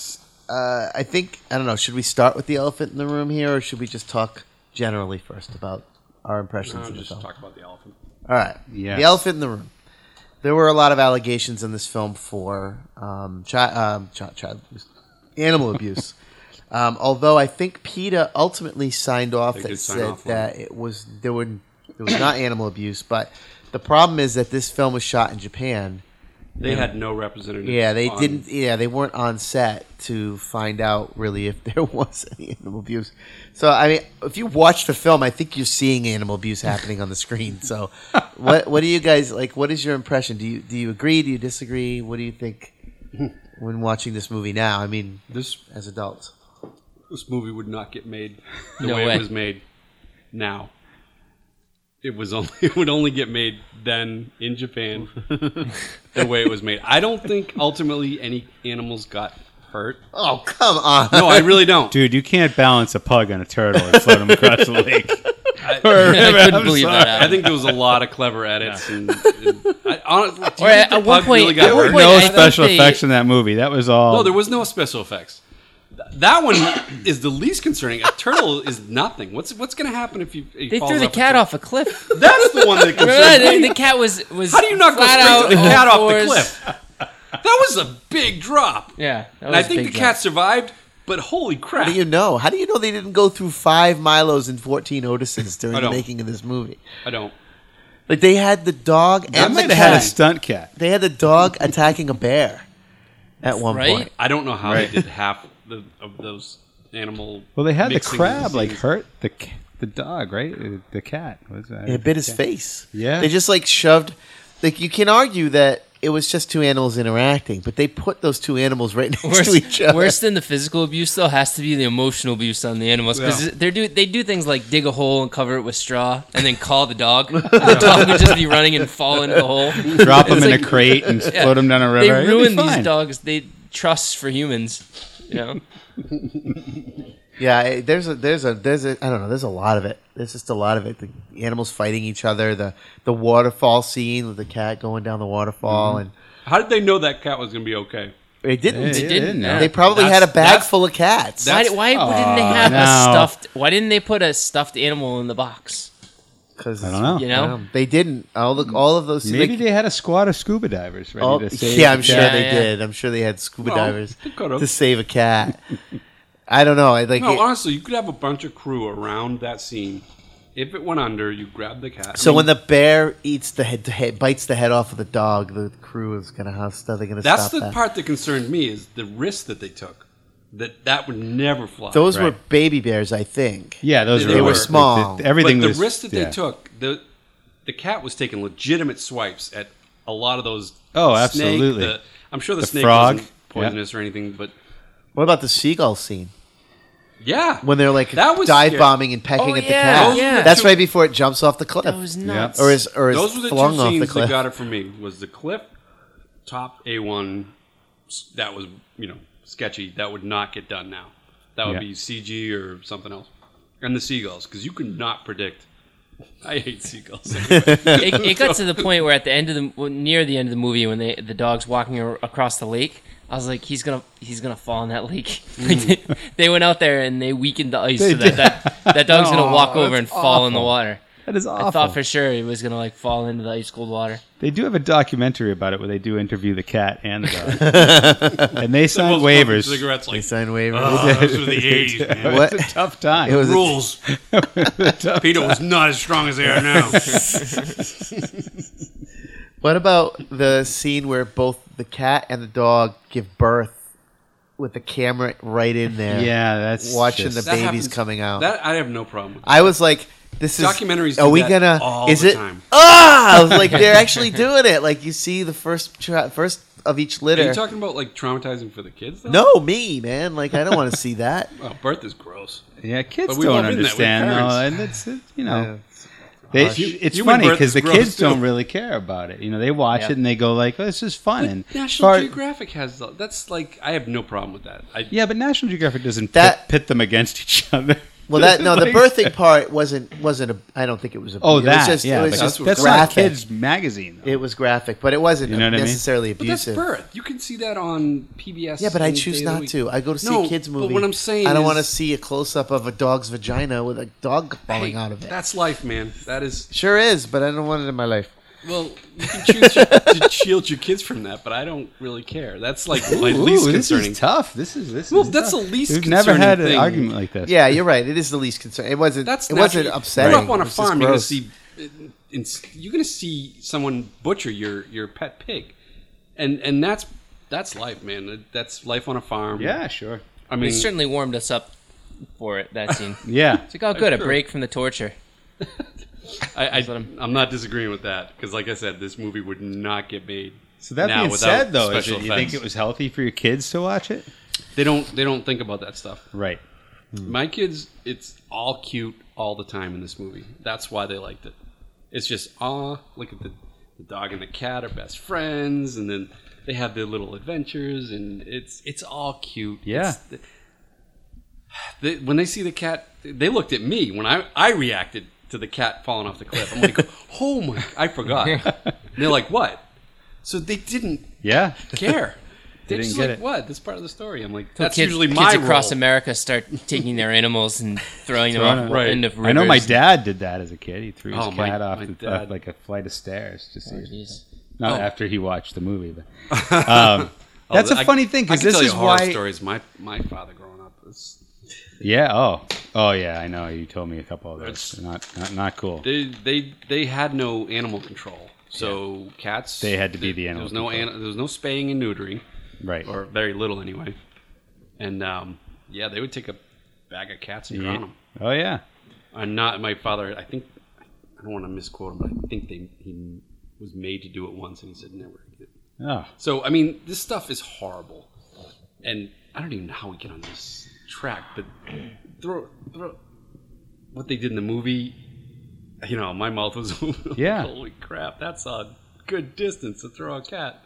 S1: Uh, I think, I don't know, should we start with the elephant in the room here or should we just talk generally first about our impressions
S2: I'll
S1: of the
S2: just
S1: film?
S2: talk about the elephant.
S1: All right.
S3: Yes.
S1: The elephant in the room. There were a lot of allegations in this film for um, child, um, chi- child abuse, animal abuse. Um, although I think PETA ultimately signed off
S2: They
S1: that
S2: did sign
S1: said
S2: off on
S1: that it was there were there was not animal abuse, but the problem is that this film was shot in Japan.
S2: They had no representative.
S1: Yeah, they
S2: on-
S1: didn't. Yeah, they weren't on set to find out really if there was any animal abuse. So I mean, if you watch the film, I think you're seeing animal abuse happening on the screen. So, what what do you guys like? What is your impression? Do you do you agree? Do you disagree? What do you think when watching this movie now? I mean,
S2: This
S1: as adults,
S2: this movie would not get made the
S4: No
S2: way,
S4: way.
S2: it was made now. It was only it would only get made then in Japan the way it was made. I don't think ultimately any animals got hurt.
S1: oh come on,
S2: No, I really don't.
S3: Dude, you can't balance a pug on a turtle and float him across the lake.
S2: I,
S4: I couldn't believe that.
S2: I
S4: Adam.
S2: think there was a lot of clever edits and, and I, honestly, do you think
S4: Or at
S2: the
S4: one
S2: pug
S4: point-
S2: really got
S4: at one
S2: hurt?
S4: point-
S3: no
S4: I think
S3: special
S4: they-
S3: effects in that movie. That was all.
S2: No, there was no special effects. Th- That one is the least concerning. A turtle is nothing. What's what's going to happen if you? he
S4: They
S2: falls
S4: threw the
S2: off a
S4: cat
S2: turtle?
S4: off a cliff.
S2: That's the one that
S4: Remember
S2: concerns
S4: that?
S2: me.
S4: The cat was was.
S2: How do you not go
S4: flat
S2: straight to
S4: out
S2: the
S4: on
S2: cat off the
S4: fours.
S2: cliff? That was a big drop.
S4: Yeah, that
S2: and I
S4: was a
S2: think the
S4: big
S2: cat
S4: jump.
S2: survived, but holy crap.
S1: How do you know? How do you know they didn't go through five Milos and fourteen Otises during
S2: I
S1: the
S2: don't.
S1: making of this movie?
S2: I don't.
S1: Like they had the dog
S3: I
S1: and the
S3: might
S1: cat.
S3: have had a stunt cat.
S1: they had the dog attacking a bear at one
S4: Right?
S1: point.
S2: I don't know how
S3: Right.
S2: they did half the, of those animal.
S3: Well, they had the
S2: mixing
S3: crab like
S2: disease.
S3: hurt the c- the dog, right? Uh, The cat was that?
S1: It bit his face.
S3: Yeah.
S1: They just like shoved. Like you can argue that it was just two animals interacting, but they put those two animals right next to each
S4: Worse,
S1: other.
S4: worse than the physical abuse, though, has to be the emotional abuse on the animals because
S2: Yeah.
S4: they do they do things like dig a hole and cover it with straw, and then call the dog. the dog would just be running and fall into the hole.
S3: Drop
S4: It's
S3: him in
S4: like-
S3: a crate and
S4: Yeah.
S3: float him down a river.
S4: They
S3: It'll be
S4: ruin these
S3: fine.
S4: dogs. They trust for humans. You know,
S1: Yeah, I- there's a there's a there's a I don't know. There's a lot of it. There's just a lot of it. The animals fighting each other. The the waterfall scene with the cat going down the waterfall, and
S2: How did they know that cat was going to be okay?
S1: they didn't.
S3: Mm-hmm. They
S1: They,
S3: didn't.
S4: know.
S3: They
S1: probably
S2: That's-
S1: had a bag
S2: that's-
S1: full of cats.
S4: why,
S2: That's-
S4: why didn't they
S3: Aw,
S4: have a
S3: no.
S4: stuffed? Why didn't they put a stuffed animal in the box?
S1: Because
S3: I don't know.
S4: You know,
S1: They didn't. All the all of those.
S3: Maybe
S1: like-
S3: they had a squad of scuba divers ready
S1: all-
S3: to save.
S1: Oh, yeah,
S3: the
S1: I'm sure
S3: cat.
S1: they
S4: Yeah, yeah.
S1: did. I'm sure they had scuba
S2: Well,
S1: divers
S2: they could've.
S1: to save a cat. I don't know. I like.
S2: No,
S1: it-
S2: honestly, you could have a bunch of crew around that scene. If it went under, you grab the cat.
S1: so
S2: I mean,
S1: when the bear eats the head, the head, bites the head off of the dog, the crew is gonna how are they gonna
S2: that's
S1: stop
S2: the
S1: that?
S2: part that concerned me is the risk that they took. That that would never fly.
S1: Those were
S3: Right.
S1: baby bears, I think.
S3: Yeah, those
S2: They
S3: were,
S2: were
S3: the- the-
S1: small.
S3: everything
S2: but the
S3: was
S2: risk that
S3: yeah.
S2: they took, the the cat was taking legitimate swipes at a lot of those.
S3: Oh,
S2: snake,
S3: absolutely.
S2: the- I'm sure the,
S3: The
S2: snake
S3: frog,
S2: wasn't poisonous or anything, but
S1: What about the seagull scene
S2: yeah,
S1: when they're like
S2: That was
S1: dive
S2: scary.
S1: bombing and pecking
S4: Oh,
S1: at the
S4: yeah,
S1: cat?
S4: yeah.
S1: That's right before it jumps off the cliff,
S4: that was nuts.
S1: or is or is
S2: those were the
S1: flung
S2: two
S1: off
S2: scenes
S1: the cliff.
S2: that got it for me. Was the cliff top A one that was you know sketchy that would not get done now. That would
S3: Yeah.
S2: be CG or something else, and the seagulls because you could not predict. I hate seagulls.
S4: it, it got to the point where at the end of the well, near the end of the movie when they the dog's walking ar- across the lake i was like he's gonna he's gonna fall in that lake Like, they went out there and they weakened the ice so that, that that dog's gonna walk over and fall in the water
S3: That is awful.
S4: i thought for sure he was gonna like fall into the ice cold water
S3: They do have a documentary about it where they do interview the cat and the dog, and they
S2: The
S3: sign
S2: most fucking
S3: waivers.
S2: Cigarettes like
S1: Sign waivers.
S2: "Ah, those were the eighties. man.
S1: What?
S3: It's a tough time.
S1: It was a,
S2: Rules. Peter was not as strong as they are now.
S1: what about the scene where both the cat and the dog give birth with the camera right in there?
S3: yeah, that's
S1: watching
S3: just-
S1: the
S2: That
S1: babies
S2: happens-
S1: coming out.
S2: That I have no problem. with.
S1: I was like, this is
S2: Documentaries
S1: Are
S2: do
S1: we
S2: that
S1: gonna?
S2: all
S1: is
S2: the
S1: it?
S2: time.
S1: Ah! I was like, they're actually doing it. Like you see the first tra- first of each
S2: Are you
S1: litter.
S2: talking about like traumatizing for the kids? Though?
S1: no, me man. Like I don't want to see that.
S2: Oh, birth is gross.
S3: Yeah, kids
S2: But we've all
S3: don't
S2: been that with
S3: understand though,
S2: parents.
S3: and it's it, you know, they, it's
S2: Human
S3: funny
S2: birth
S3: because
S2: is
S3: the
S2: gross,
S3: kids
S2: too.
S3: don't really care about it. You know, they watch
S4: Yeah.
S3: it and they go like, "Oh, this is fun." and
S2: National
S3: far-
S2: Geographic has tho- that's like I have no problem with that. I,
S3: yeah, but National Geographic doesn't
S1: That-
S3: pit, pit them against each other.
S1: Well, that no, the
S3: Like-
S1: birthing part wasn't wasn't a. I don't think it was a.
S3: Oh,
S1: it
S3: that
S1: was just,
S3: yeah,
S1: it was
S3: but
S1: just
S3: that's, that's not a
S1: graphic.
S3: kids magazine. Though.
S1: It was graphic, but it wasn't
S3: You know what I mean?
S1: necessarily
S2: but that's
S1: abusive.
S2: birth. You can see that on PBS.
S1: Yeah, but I
S2: any
S1: choose
S2: day of the
S1: not
S2: week.
S1: to. I go to see
S2: No,
S1: a kids movie.
S2: But what I'm saying,
S1: I don't
S2: is,
S1: want to see a close up of a dog's vagina with a dog falling
S2: hey,
S1: out of it.
S2: That's life, man. That is
S1: Sure is, but I don't want it in my life.
S2: well. You can choose your, to shield your kids from that, but I don't really care. That's like my least
S3: Ooh, this
S2: concerning.
S3: is tough. This is this.
S2: Well,
S3: is
S2: that's
S3: tough.
S2: the least
S3: We've never
S2: concerning
S3: had an
S2: thing.
S3: argument like this.
S1: Yeah, you're right. It is the least concern. It wasn't.
S2: That's
S1: it wasn't
S2: natural.
S1: upsetting.
S2: You're up on
S1: It
S2: a
S1: was just
S2: farm. You're gonna
S1: gross.
S2: see. it's- You're gonna see someone butcher your your pet pig, and and that's that's life, man. That's life on a farm.
S3: Yeah, sure.
S2: I
S4: it
S2: mean,
S4: certainly warmed us up for it that scene it's
S3: Yeah,
S4: like oh good a
S2: Sure.
S4: break from the torture
S2: I, I
S4: let 'em-
S2: I'm not disagreeing with that because, like I said, this movie would not get made.
S3: So that
S2: now
S3: being
S2: without
S3: said, though, is
S2: special
S3: it, you think
S2: effects.
S3: it was healthy for your kids to watch it?
S2: They don't they don't think about that stuff.
S3: Right.
S2: My kids, it's all cute all the time in this movie. That's why they liked it. It's just ah, look at the the dog and the cat are best friends, and then they have their little adventures, and it's it's all cute.
S3: Yeah.
S2: It's- they, when they see the cat, they looked at me when I I reacted to the cat falling off the cliff. I'm like, oh my, I forgot. And they're like, what? So they didn't
S3: Yeah.
S2: care. They
S3: didn't
S2: just
S3: get
S2: like,
S3: it.
S2: what? That's part of the story. I'm like, that's
S4: kids,
S2: usually
S4: kids
S2: my
S4: across
S2: role.
S4: america start taking their animals and throwing them off
S2: Right.
S4: into rivers
S3: I know my dad did that as a kid. He threw his
S2: Oh,
S3: cat
S2: my-
S3: off,
S2: my
S3: the,
S2: dad.
S3: off like a flight of stairs to see.
S4: Jeez.
S3: Not
S2: Oh.
S3: after he watched the movie, but um, that's
S2: a
S3: a funny thing because this
S2: tell
S3: is
S2: you horror
S3: why.
S2: stories. My my father growing up is
S3: Yeah. Oh. Oh yeah. I know. You told me a couple of those.
S2: It's-
S3: Not, not not cool.
S2: they they they had no animal control, so cats
S3: They had to be the animal
S2: There was no
S3: control.
S2: an, there was no spaying and neutering,
S3: Right.
S2: or very little anyway. And um, yeah, they would take a bag of cats and drown
S3: Yeah.
S2: them.
S3: Oh yeah.
S2: And not my father. I think I don't want to misquote him, but I think they he was made to do it once, and he said never again.
S3: Oh.
S2: So I mean, this stuff is horrible, and I don't even know how we get on this track. But throw, throw what they did in the movie, you know, my mouth was open.
S3: Yeah.
S2: Holy crap, that's a good distance to throw a cat.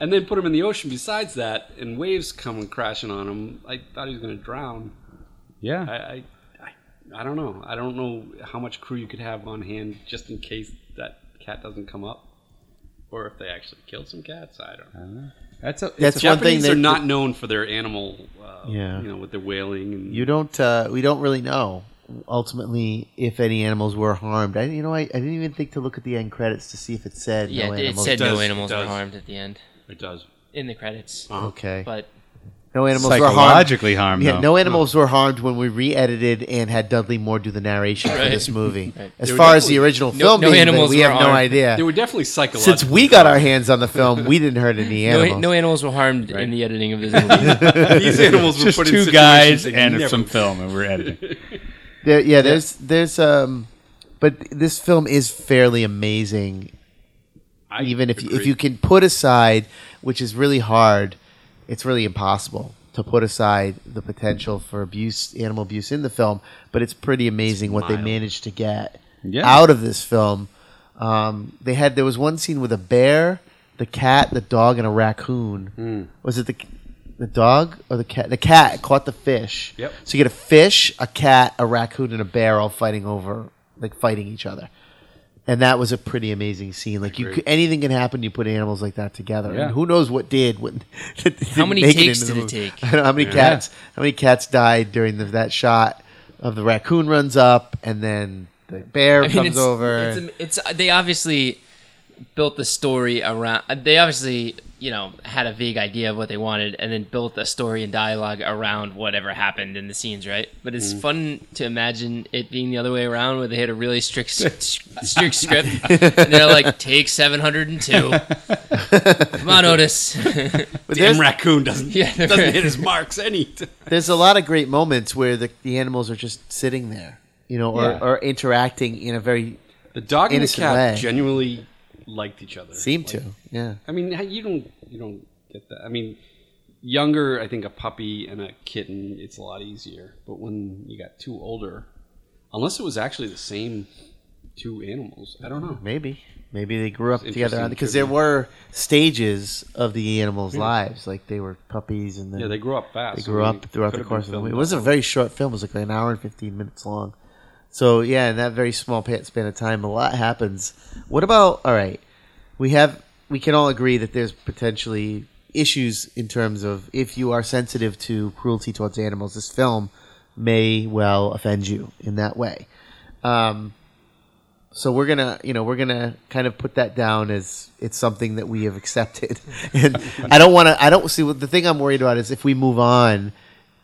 S2: and then put him in the ocean besides that, and waves come crashing on him. I thought he was going to drown. I,
S3: Yeah.
S2: I, I, I don't know. I don't know how much crew you could have on hand just in case that cat doesn't come up, or if they actually killed some cats. I don't know.
S3: That's a,
S1: That's
S3: it's a-
S1: one thing
S2: Japanese
S1: that
S2: are not known for their animal, uh,
S1: Yeah.
S2: you know, with the wailing and
S1: You don't. Uh, we don't really know ultimately if any animals were harmed. I, you know, I, I didn't even think to look at the end credits to see if it said
S4: Yeah,
S1: no
S4: it- it
S1: animals.
S4: said
S2: Does-
S4: no animals were
S2: does.
S4: harmed at the end
S2: it does.
S4: in the credits,
S1: okay,
S4: but
S1: no animals were harmed.
S3: psychologically harmed.
S1: Yeah,
S3: though.
S1: no animals were harmed when we re-edited and had Dudley Moore do the narration for
S4: Right.
S1: this movie.
S4: Right.
S1: As
S2: They were
S1: far as the
S2: definitely-
S1: original
S4: No-
S1: film,
S4: no
S1: being, but
S4: animals
S1: we
S4: were
S1: have no
S4: harmed.
S1: idea.
S2: They were definitely psychological.
S1: Since we got our hands on the film, we didn't hurt any
S4: no,
S1: animals.
S4: no animals were harmed in the editing of this movie.
S2: these animals were
S3: Just
S2: put in
S3: two
S2: situations
S3: guys
S2: they
S3: and
S2: never
S3: some film, and we're editing.
S1: There, yeah, there's there's um, but this film is fairly amazing.
S2: I
S1: even if you, if
S2: agree.
S1: you can put aside, which is really hard, it's really impossible to put aside the potential for abuse, animal abuse in the film. But it's pretty amazing what they
S2: mild.
S1: managed to get
S3: Yeah.
S1: out of this film. Um, they had there was one scene with a bear, the cat, the dog, and a raccoon. Was it the the dog or the cat? The cat caught the fish.
S2: Yep.
S1: So you get a fish, a cat, a raccoon, and a bear all fighting over, like fighting each other. And that was a pretty amazing scene. Like you,
S2: Agreed.
S1: could, anything can happen. You put animals like that together,
S3: Yeah.
S1: and who knows what did when? that didn't
S4: How many
S1: make
S4: takes
S1: into the
S4: did it
S1: movie.
S4: take?
S1: I don't know how many cats? How many cats died during the, that shot of the raccoon runs up and then the bear
S4: I mean,
S1: comes
S4: it's,
S1: over?
S4: It's, it's they obviously built the story around. They obviously you know had a vague idea of what they wanted, and then built a story and dialogue around whatever happened in the scenes, right? But it's
S1: Mm-hmm.
S4: fun to imagine it being the other way around, where they had a really strict s- strict script, and they're like, take seven hundred and two. Come on, Otis.
S1: But
S2: Damn
S1: there's,
S2: raccoon doesn't
S4: Yeah, they're-
S2: doesn't hit his marks any. t-
S1: there's a lot of great moments where the, the animals are just sitting there, you know, or,
S3: Yeah.
S1: or interacting in a very
S2: The dog and the
S1: Innocent
S2: cat
S1: way.
S2: genuinely liked each other.
S1: seem
S2: Like,
S1: to yeah.
S2: I mean, how- you don't you don't get that. I mean, younger, I think a puppy and a kitten, it's a lot easier. But when you got two older, unless it was actually the same two animals, I don't know.
S1: Maybe. Maybe they grew up together
S2: interesting
S1: because there
S2: trivia.
S1: were stages of the animals' lives. Like they were puppies and then
S2: Yeah, they grew up fast.
S1: they grew
S2: I mean,
S1: up throughout
S2: could
S1: the
S2: have been
S1: course of the movie. It
S2: filmed
S1: was a very short film. It was like an hour and 15 minutes long. So, yeah, in that very small pa- span of time, a lot happens. What about, all right, we have, we can all agree that there's potentially issues in terms of if you are sensitive to cruelty towards animals, this film may well offend you in that way. Um, so we're gonna, you know, we're gonna kind of put that down as it's something that we have accepted, and I don't want to. I don't see what the thing I'm worried about is if we move on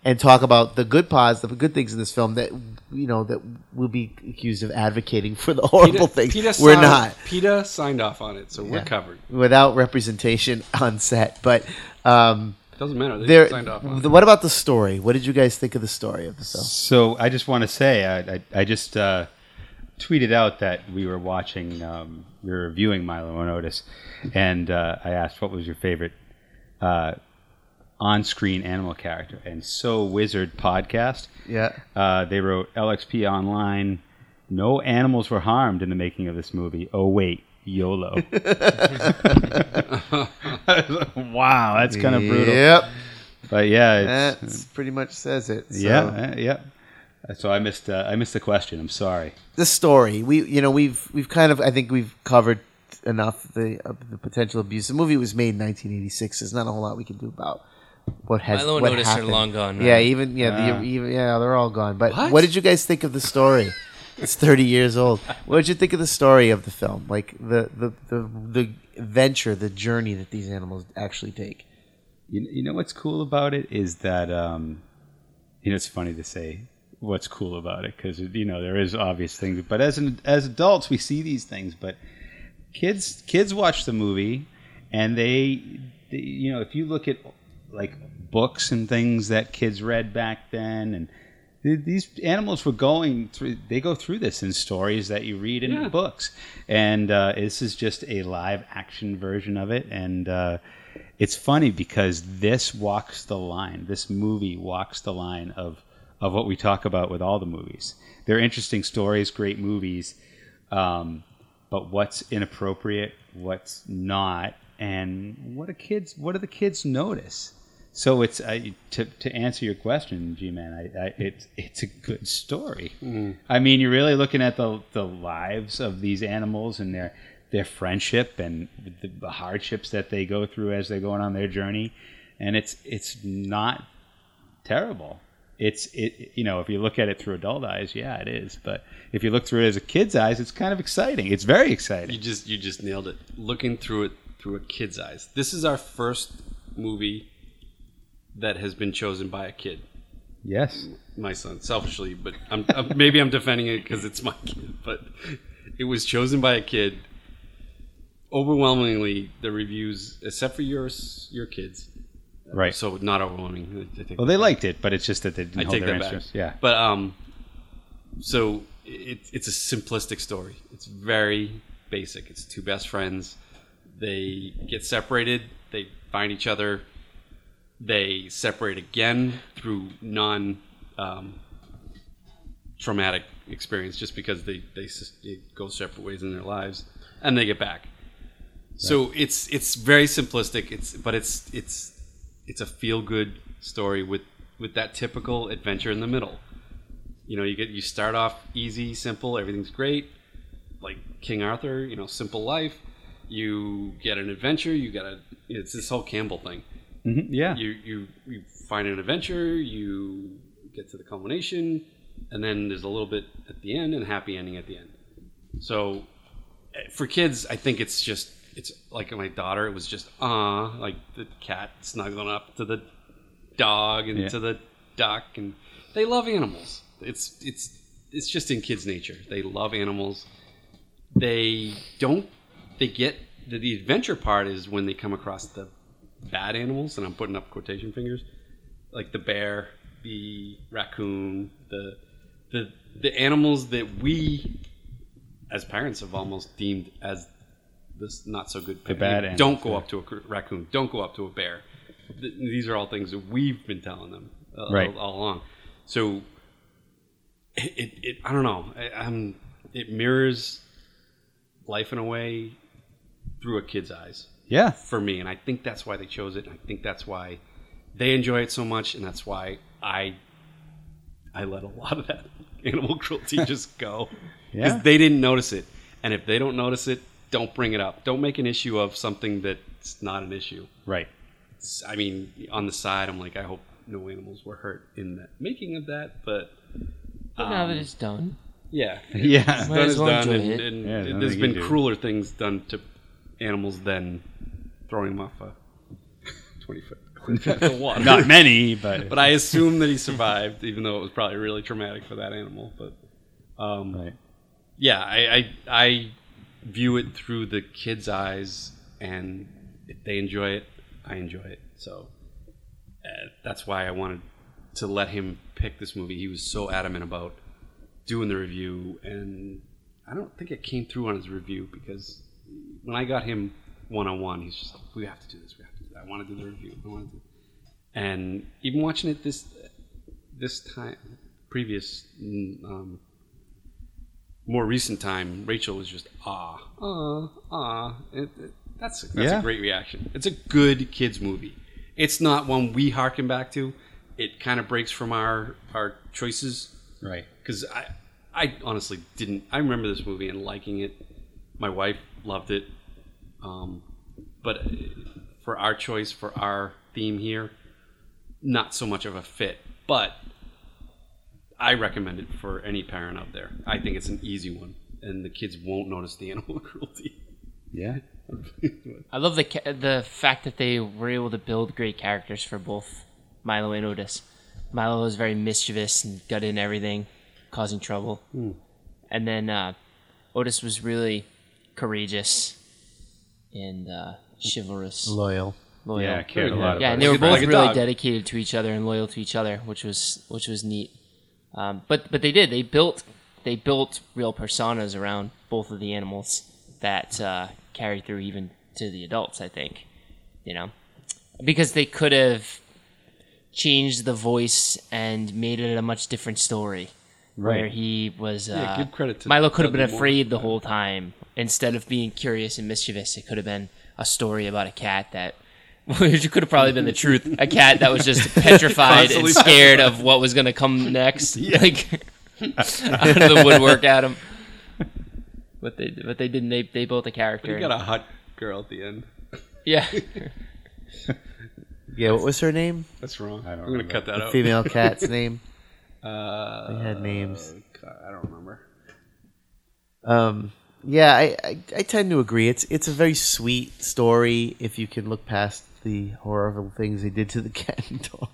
S1: and talk about the good positive, the good things in this film that you know that we'll be accused of advocating for the horrible things. we're
S2: signed-
S1: not
S2: PETA signed off on it, so we're covered.
S1: without representation on set, but um,
S2: It doesn't matter. They
S1: there.
S2: signed off on
S1: the-
S2: it.
S1: what about the story? What did you guys think of the story of the film?
S3: So I just want to say I I, I just uh, tweeted out that we were watching um, we were reviewing Milo and Otis, and uh, I asked what was your favorite uh, on-screen animal character, and so Wizard podcast.
S1: Yeah.
S3: Uh, they wrote LXP online. No animals were harmed in the making of this movie. Oh wait, YOLO. wow, that's kind of brutal.
S1: Yep,
S3: But yeah, it's,
S1: that pretty much says it. so.
S3: yeah, uh, yeah. Uh, So I missed uh, I missed the question. I'm sorry.
S1: the story. We you know we've we've kind of I think we've covered enough the uh, the potential abuse. The movie was made in 1986. There's not a whole lot we can do about what has
S4: Milo and
S1: what
S4: Otis are
S1: happened.
S4: long gone,
S1: Yeah,
S4: right?
S1: even yeah,
S3: Ah.
S1: the, even yeah, they're all gone. But what? did you guys think of the story? it's 30 years old. What did you think of the story of the film? Like the the the, the venture, the journey that these animals actually take.
S3: You, you know what's cool about it is that um, you know it's funny to say what's cool about it because you know there is obvious things, but as an, as adults we see these things, but kids kids watch the movie and they, they you know if you look at like books and things that kids read back then and th- these animals were going through they go through this in stories that you read in books and uh, this is just a live action version of it and uh, it's funny because this walks the line this movie walks the line of of what we talk about with all the movies they're interesting stories great movies um, but what's inappropriate, what's not, and what do kids? What do the kids notice? So it's uh, to to answer your question, G man. I, I it's it's a good story.
S2: Mm.
S3: I mean, you're really looking at the the lives of these animals and their their friendship and the, the hardships that they go through as they're going on their journey, and it's it's not terrible. It's it you know if you look at it through adult eyes, yeah, it is. But if you look through it as a kid's eyes, it's kind of exciting. It's very exciting.
S2: You just you just nailed it. Looking through it through a kid's eyes. This is our first movie that has been chosen by a kid.
S3: Yes.
S2: My son, selfishly, but I'm, I'm, maybe I'm defending it because it's my kid. But it was chosen by a kid. Overwhelmingly, the reviews, except for yours, your kids.
S3: Right.
S2: So not overwhelming. I think
S3: Well, they liked it, but it's just that they didn't
S2: I
S3: hold
S2: take
S3: their
S2: that back.
S3: interest. Yeah.
S2: But um, so it, it's a simplistic story. It's very basic. It's two best friends. They get separated. They find each other. They separate again through non um, traumatic experience, just because they they, s- they go separate ways in their lives, and they get back. So it's it's very simplistic. It's but it's it's it's a feel good story with with that typical adventure in the middle. You know, you get you start off easy, simple, everything's great, like King Arthur. You know, simple life. You get an adventure. You got a. It's this whole Campbell thing.
S3: Mhm, Yeah.
S2: You you you find an adventure. You get to the culmination, and then there's a little bit at the end and a happy ending at the end. So eh, for kids, I think it's just it's like my daughter. It was just ah, like the cat snuggling up to the dog and
S3: Yeah.
S2: to the duck, and they love animals. It's it's it's just in kids' nature. They love animals. They don't. They get the, the adventure part is when they come across the bad animals, and I'm putting up quotation fingers, like the bear, the raccoon, the the the animals that we as parents have almost deemed as this not so good
S3: The bad animals,
S2: don't go
S3: yeah.
S2: up to a cr- raccoon don't go up to a bear Th- these are all things that we've been telling them uh,
S3: Right.
S2: all, all along so it, it, it i don't know I, I'm, it mirrors life in a way through a kid's eyes
S3: Yeah.
S2: for me and i think that's why they chose it and i think that's why they enjoy it so much and that's why i i let a lot of that animal cruelty just go because
S3: Yeah.
S2: they didn't notice it and if they don't notice it don't bring it up don't make an issue of something that's not an issue
S3: Right.
S2: It's- i mean on the side i'm like i hope no animals were hurt in the making of that but
S4: But now that it's done,
S2: yeah
S3: Yeah.
S4: Might
S2: done
S4: as
S2: is
S4: well
S2: done,
S4: enjoy
S2: and,
S4: it.
S2: and
S3: Yeah, there's
S2: there's
S3: nothing
S2: been
S3: you can do.
S2: crueler things done to animals than throwing him off a 20 foot cliff into the water.
S3: Not many, but,
S2: but I assume that he survived, even though it was probably really traumatic for that animal. But um,
S3: Right.
S2: yeah, I, I I view it through the kids' eyes, and if they enjoy it, I enjoy it. So uh, that's why I wanted to let him pick this movie. He was so adamant about doing the review, and I don't think it came through on his review because when I got him one on one, he's just like, "We have to do this. We have to. Do that. I want to do the review. I want to." do And even watching it this this time, previous, mm, um, more recent time, Rachel was just ah, ah, ah. It, it- that's that's
S3: Yeah.
S2: a great reaction. It's a good kids movie. It's not one we harken back to. It kind of breaks from our our choices
S3: right.
S2: because I, I honestly didn't. I remember this movie and liking it. My wife loved it, um, but uh, for our choice for our theme here, not so much of a fit. But I recommend it for any parent out there. I think it's an easy one, and the kids won't notice the animal cruelty.
S3: Yeah.
S4: I love the ca- the fact that they were able to build great characters for both Milo and Otis. Milo was very mischievous and got in everything, causing trouble, and then uh, Otis was really courageous and uh, chivalrous,
S1: Loyal.
S4: loyal.
S3: Yeah. I cared a lot about
S4: Yeah, and
S3: it.
S4: they were
S2: Like a-
S4: both
S2: like a
S4: really
S2: dog.
S4: dedicated to each other and loyal to each other, which was which was neat. Um, but but they did they built they built real personas around both of the animals that uh, carry through even to the adults. I think, you know, because they could have changed the voice and made it a much different story. Where
S3: Right.
S4: he was, uh,
S2: give credit to
S4: Milo could have been
S2: Dudley Moore.
S4: afraid the whole time instead of being curious and mischievous. It could have been, a story about a cat that which could have probably been the truth. A cat that was just petrified and
S2: Constantly
S4: scared of what was going to come next, like out of the woodwork at him. But they but they didn't. They they built a character.
S2: You got a hot girl at the end.
S4: yeah.
S1: Yeah, what was her name?
S2: That's wrong.
S3: don't
S2: I'm gonna
S3: remember.
S2: cut that
S1: The
S2: out.
S1: female cat's name.
S2: Oh. Uh,
S1: They had names.
S2: God, I don't remember.
S1: Um, yeah, I, I, I tend to agree. It's it's a very sweet story if you can look past the horrible things they did to the cat and dog.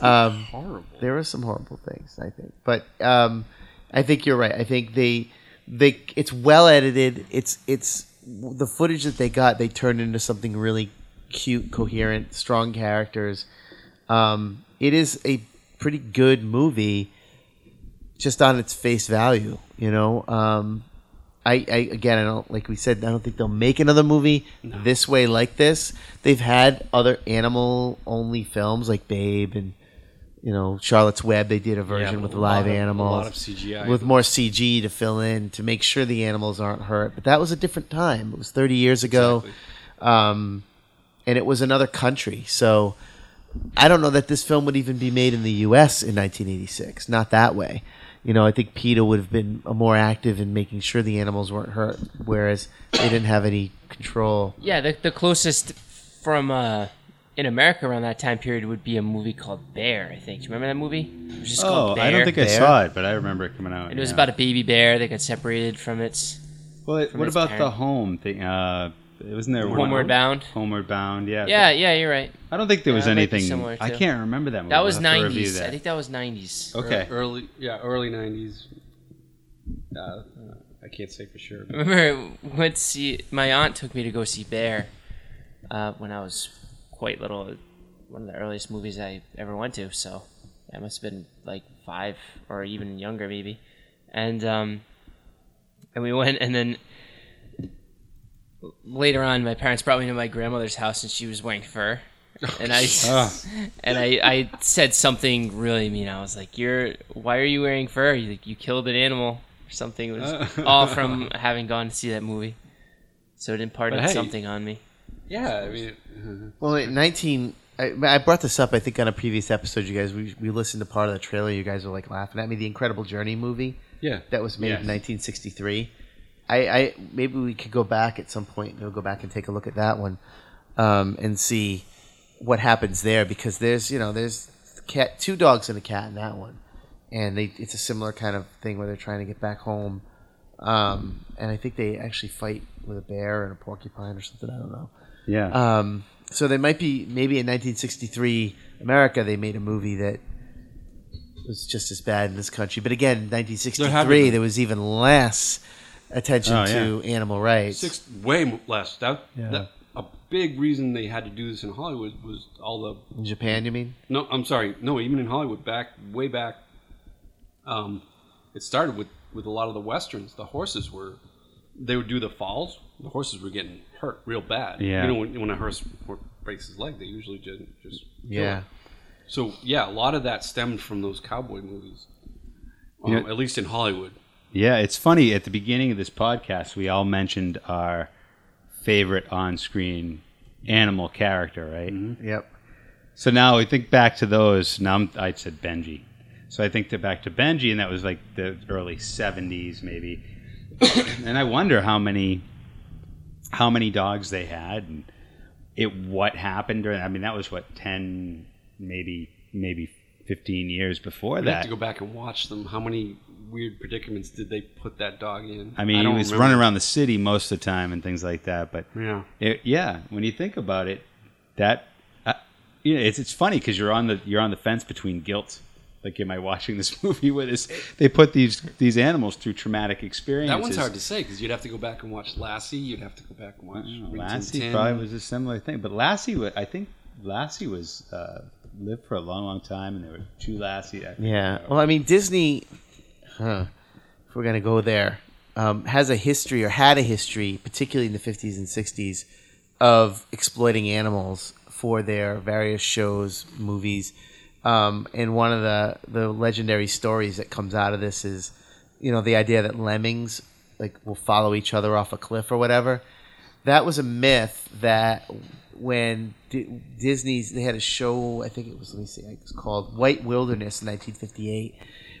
S1: Um,
S2: Horrible.
S1: there are some horrible things I think, but um, I think you're right. I think they they it's well edited. It's it's the footage that they got. They turned into something really cute, coherent, strong characters. Um, it is a pretty good movie, just on its face value. You know, um, I, I again, I don't like we said. I don't think they'll make another movie this way like this. They've had other animal only films like Babe and you know Charlotte's Web. They did a version
S2: but
S1: with
S2: a
S1: live
S2: lot of- a
S1: animals,
S2: lot of CGI.
S1: with more CG to fill in to make sure the animals aren't hurt. But that was a different time. It was 30 years ago, um, and it was another country. So I don't know that this film would even be made in the U.S. in 1986. Not that way. You know, I think PETA would have been uh, more active in making sure the animals weren't hurt, whereas they didn't have any control.
S4: Yeah, the, the closest from uh, in America around that time period would be a movie called Bear. I think. Do you remember that movie? It was just
S3: Oh,
S4: called Bear.
S3: I don't think I
S1: Bear.
S3: saw it, but I remember it coming out.
S4: And it was
S3: yeah.
S4: about a baby bear that got separated from its
S3: Well, it-
S4: from
S3: what
S4: his
S3: about the
S4: parent.
S3: home thing? Uh, it wasn't there. one-
S4: homeward bound.
S3: Homeward Bound. Yeah.
S4: Yeah, yeah, you're right.
S3: I don't think there was
S4: Yeah, it might be
S3: anything.
S4: similar,
S3: I
S4: too.
S3: can't remember that movie.
S4: That
S3: We'll
S4: was
S3: have to review
S4: 90s.
S3: that.
S4: I think that was 90s.
S3: Okay.
S2: Early, yeah, early '90s. Uh, I can't say for sure.
S4: I remember I went to see my aunt took me to go see Bear uh, when I was quite little. One of the earliest movies I ever went to, so I must have been like five or even younger, maybe. And um, and we went, and then later on, my parents brought me to my grandmother's house, and she was wearing fur.
S2: Oh,
S4: And I and I, I said something really mean. I was like, "You're why are you wearing fur? You you killed an animal or something." It was all from having gone to see that movie, so it imparted
S2: But hey-
S4: something on me.
S2: Yeah, I mean,
S1: Well, in 19, I, I brought this up, I think, on a previous episode, you guys. We, we listened to part of the trailer. You guys were like laughing at me. The Incredible Journey movie
S2: yeah.
S1: that was made
S3: Yes.
S1: in 1963. I, I Maybe we could go back at some point and we'll go back and take a look at that one um, and see what happens there because there's, you know, there's cat, two dogs and a cat in that one. And they, it's a similar kind of thing where they're trying to get back home. Um, and I think they actually fight with a bear and a porcupine or something. I don't know.
S3: Yeah.
S1: Um, so they might be maybe in 1963 America they made a movie that was just as bad in this country. But again,
S2: There have been.
S1: 1963 there was even less attention
S3: Oh,
S1: to animal rights.
S2: Six way mo- less. That, that a big reason they had to do this in Hollywood was all the
S1: in Japan, you mean?
S2: No, I'm sorry. No, even in Hollywood, back way back, um, it started with with a lot of the westerns. The horses were they would do the falls. The horses were getting hurt real bad.
S3: Yeah.
S2: you know when, when a horse breaks his leg, they usually just just kill
S1: Yeah.
S2: it. So yeah, a lot of that stemmed from those cowboy movies, um,
S3: You know-
S2: at least in Hollywood.
S3: Yeah, it's funny. At the beginning of this podcast, we all mentioned our favorite on-screen animal character, right?
S1: Yep.
S3: So now we think back to those. Now I'm, I said Benji, so I think that back to Benji, and that was like the early '70s, maybe. and I wonder how many, how many dogs they had, and it what happened during. I mean, that was what ten, maybe maybe fifteen years before
S2: You have
S3: that.
S2: to go back and watch them. How many weird predicaments did they put that dog in?
S3: I mean, he
S2: don't
S3: was
S2: remember.
S3: running around the city most of the time and things like that. But
S2: Yeah.
S3: It, yeah, when you think about it, that uh, you know, it's it's funny because you're on the you're on the fence between guilt. Like, am I watching this movie with this? They put these these animals through traumatic experiences.
S2: That one's hard to say because you'd have to go back and watch Lassie. You'd have to go back and watch Rings and
S3: Lassie
S2: Tin.
S3: probably was a similar thing, but Lassie, wa- I think Lassie was uh, lived for a long, long time, and there were two Lassie. I
S1: Yeah. Well, I mean, Disney, huh, if we're going to go there, um, has a history or had a history, particularly in the 50s and 60s, of exploiting animals for their various shows, movies. Um, and one of the, the legendary stories that comes out of this is, you know, the idea that lemmings like will follow each other off a cliff or whatever. that was a myth that when D- Disney's they had a show, I think it was let me see, it was called White Wilderness in 1958,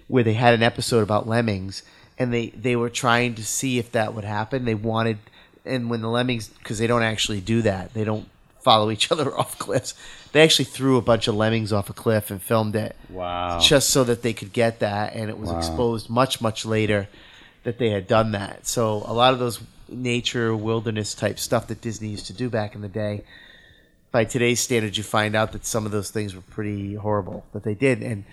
S1: where they had an episode about lemmings, and they they were trying to see if that would happen. They wanted, and when the lemmings, because they don't actually do that, they don't follow each other off cliffs. They actually threw a bunch of lemmings off a cliff and filmed it
S3: Wow.
S1: just so that they could get that and it was
S3: Wow.
S1: exposed much much later that they had done that so a lot of those nature wilderness type stuff that disney used to do back in the day by today's standards you find out that some of those things were pretty horrible that they did and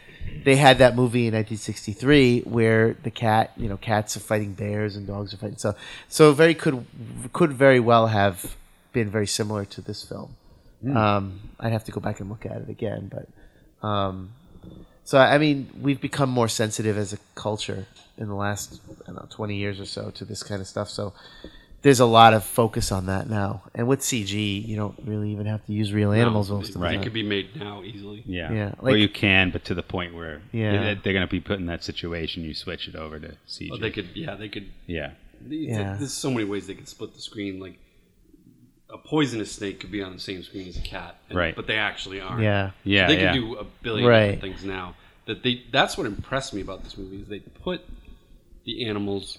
S1: they had that movie in 1963 where the cat you know cats are fighting bears and dogs are fighting so so very could could very well have been very similar to this film um, i'd have to go back and look at it again but um, so I mean, we've become more sensitive as a culture in the last I don't know twenty years or so to this kind of stuff. So there's a lot of focus on that now, and with CG, you don't really even have to use real animals most of the
S2: It
S1: time.
S2: could be made now easily.
S3: Yeah.
S1: Yeah,
S3: or
S1: like-
S3: you can, but to the point where
S1: Yeah.
S3: they're, they're going to be put in that situation, you switch it over to CG.
S2: Well, they could. Yeah, they could.
S3: yeah.
S2: it's like-
S1: Yeah.
S2: there's so many ways they could split the screen. Like a poisonous snake could be on the same screen as a cat, and-
S3: Right.
S2: But they actually aren't.
S1: Yeah.
S3: Yeah,
S2: They
S3: yeah.
S2: can do a billion
S1: Right.
S2: different things now. That they. That's what impressed me about this movie is they put the animals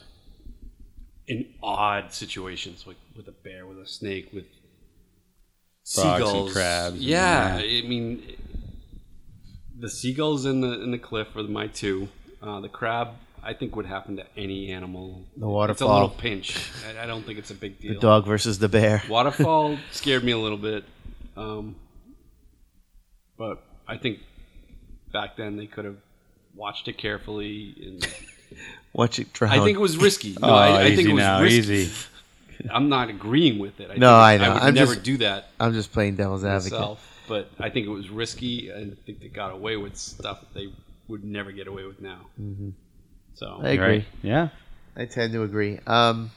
S2: in odd situations, like with a bear, with a snake, with
S3: and
S2: seagulls,
S3: crabs and-
S2: Yeah, I mean, the seagulls in the in the cliff are my two. Uh, the crab, I think, would happen to any animal.
S1: The
S2: It's a little
S1: waterfall,
S2: pinch. I, I don't think it's a big deal.
S1: the dog versus the bear.
S2: Waterfall scared me a little bit, um, but I think back then they could have watched it carefully. And
S1: Watch it drown.
S2: I think it was risky. No,
S3: oh,
S2: I, I
S3: easy
S2: think it was
S3: now,
S2: risky.
S3: easy.
S2: I'm not agreeing with it. I
S1: No, I
S2: think
S1: know.
S2: I would
S1: I'm
S2: never
S1: just-
S2: do that
S1: I'm just playing devil's advocate.
S2: myself, but I think it was risky. I think they got away with stuff that they would never get away with now.
S1: Mm-hmm.
S2: So
S1: I agree.
S3: Right. Yeah.
S1: I tend to agree. Um,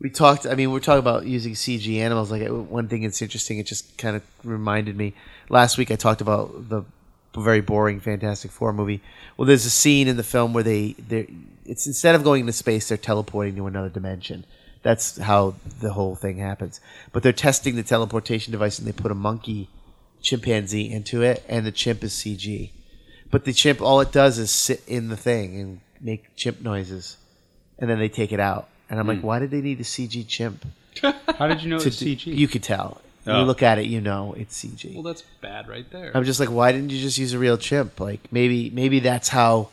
S1: we talked. I mean, we're talking about using CG animals. Like one thing that's interesting. It just kind of reminded me. Last week I talked about the very boring Fantastic Four movie. Well, there's a scene in the film where they they it's instead of going into space, they're teleporting to another dimension. That's how the whole thing happens. But they're testing the teleportation device, and they put a monkey chimpanzee into it, and the chimp is CG. But the chimp, all it does is sit in the thing and make chimp noises, and then they take it out. And I'm
S3: Hmm.
S1: like, why did they need a CG chimp?
S3: How did you know it was
S1: To-
S3: CG?
S1: You could tell.
S3: Oh.
S1: You look at it, you know it's CG.
S2: well, that's bad right there.
S1: I'm just like, why didn't you just use a real chimp? Like maybe maybe that's how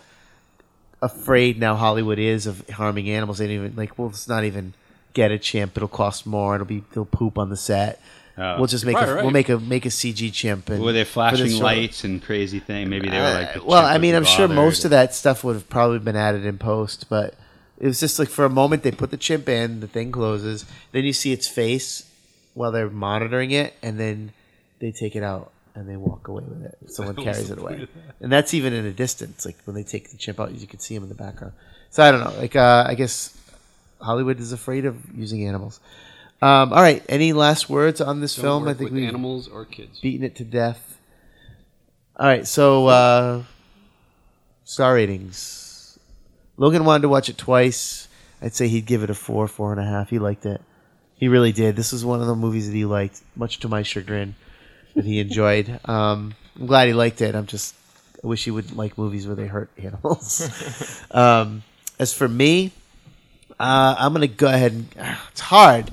S1: afraid now Hollywood is of harming animals. They didn't even like, well, let's not even get a chimp. It'll cost more. It'll be they'll poop on the set.
S3: Oh.
S1: we'll just make a,
S2: Right, right.
S1: we'll make a make a CG chimp. And
S3: were they
S1: for this
S3: flashing
S1: short-
S3: lights and crazy thing? Maybe they were like.
S1: uh,
S3: the
S1: well,
S3: chimp
S1: I mean, I'm
S3: was
S1: sure
S3: bothered.
S1: most of that stuff would have probably been added in post, but it was just like for a moment they put the chimp in, the thing closes, then you see its face while they're monitoring it, and then they take it out and they walk away with it. Someone carries it away, and that's even in a distance. Like when they take the chimp out, you can see him in the background. So I don't know. Like uh, I guess Hollywood is afraid of using animals. Um, all right. Any last words on this
S2: Don't
S1: film? I
S2: work
S1: think
S2: with
S1: we
S2: animals or kids.
S1: beaten it to death. All right, so uh, star ratings. Logan wanted to watch it twice. I'd say he'd give it a four, four and a half. He liked it. He really did. This was one of the movies that he liked, much to my chagrin, that he enjoyed. Um, I'm glad he liked it. I'm just, I wish he wouldn't like movies where they hurt animals. um, as for me, uh, I'm going to go ahead and it's hard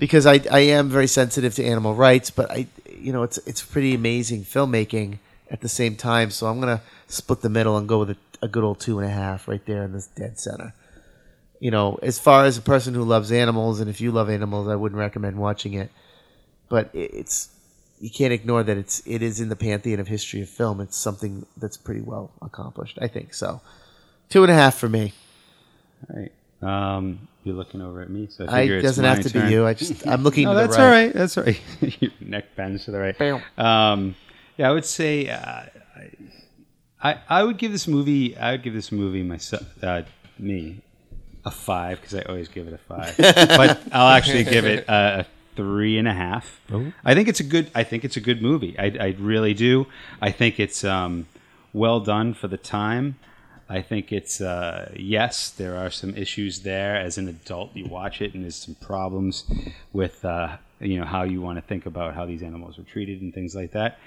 S1: because I, I am very sensitive to animal rights, but I you know it's it's pretty amazing filmmaking at the same time. So I'm going to split the middle and go with a, a good old two and a half right there in this dead center. You know, as far as a person who loves animals, and if you love animals, I wouldn't recommend watching it. But it, it's you can't ignore that it's it is in the pantheon of history of film. It's something that's pretty well accomplished, I think. So two and a half for me.
S3: All right. Um, you're looking over at me, so I
S1: I,
S3: figure
S1: it
S3: it's
S1: doesn't have
S3: my
S1: to
S3: turn.
S1: be you. I just I'm looking to
S3: No,
S1: the
S3: that's
S1: right.
S3: all right. That's all right. Your neck bends to the right. Um, yeah, I would say uh, I I would give this movie I would give this movie myself uh, me a five because I always give it a five, but I'll actually give it a, a three and a half. I think it's a good I think it's a good movie. I, I really do. I think it's um, well done for the time. I think it's uh, yes, there are some issues there. As an adult, you watch it, and there's some problems with uh, you know how you want to think about how these animals are treated and things like that.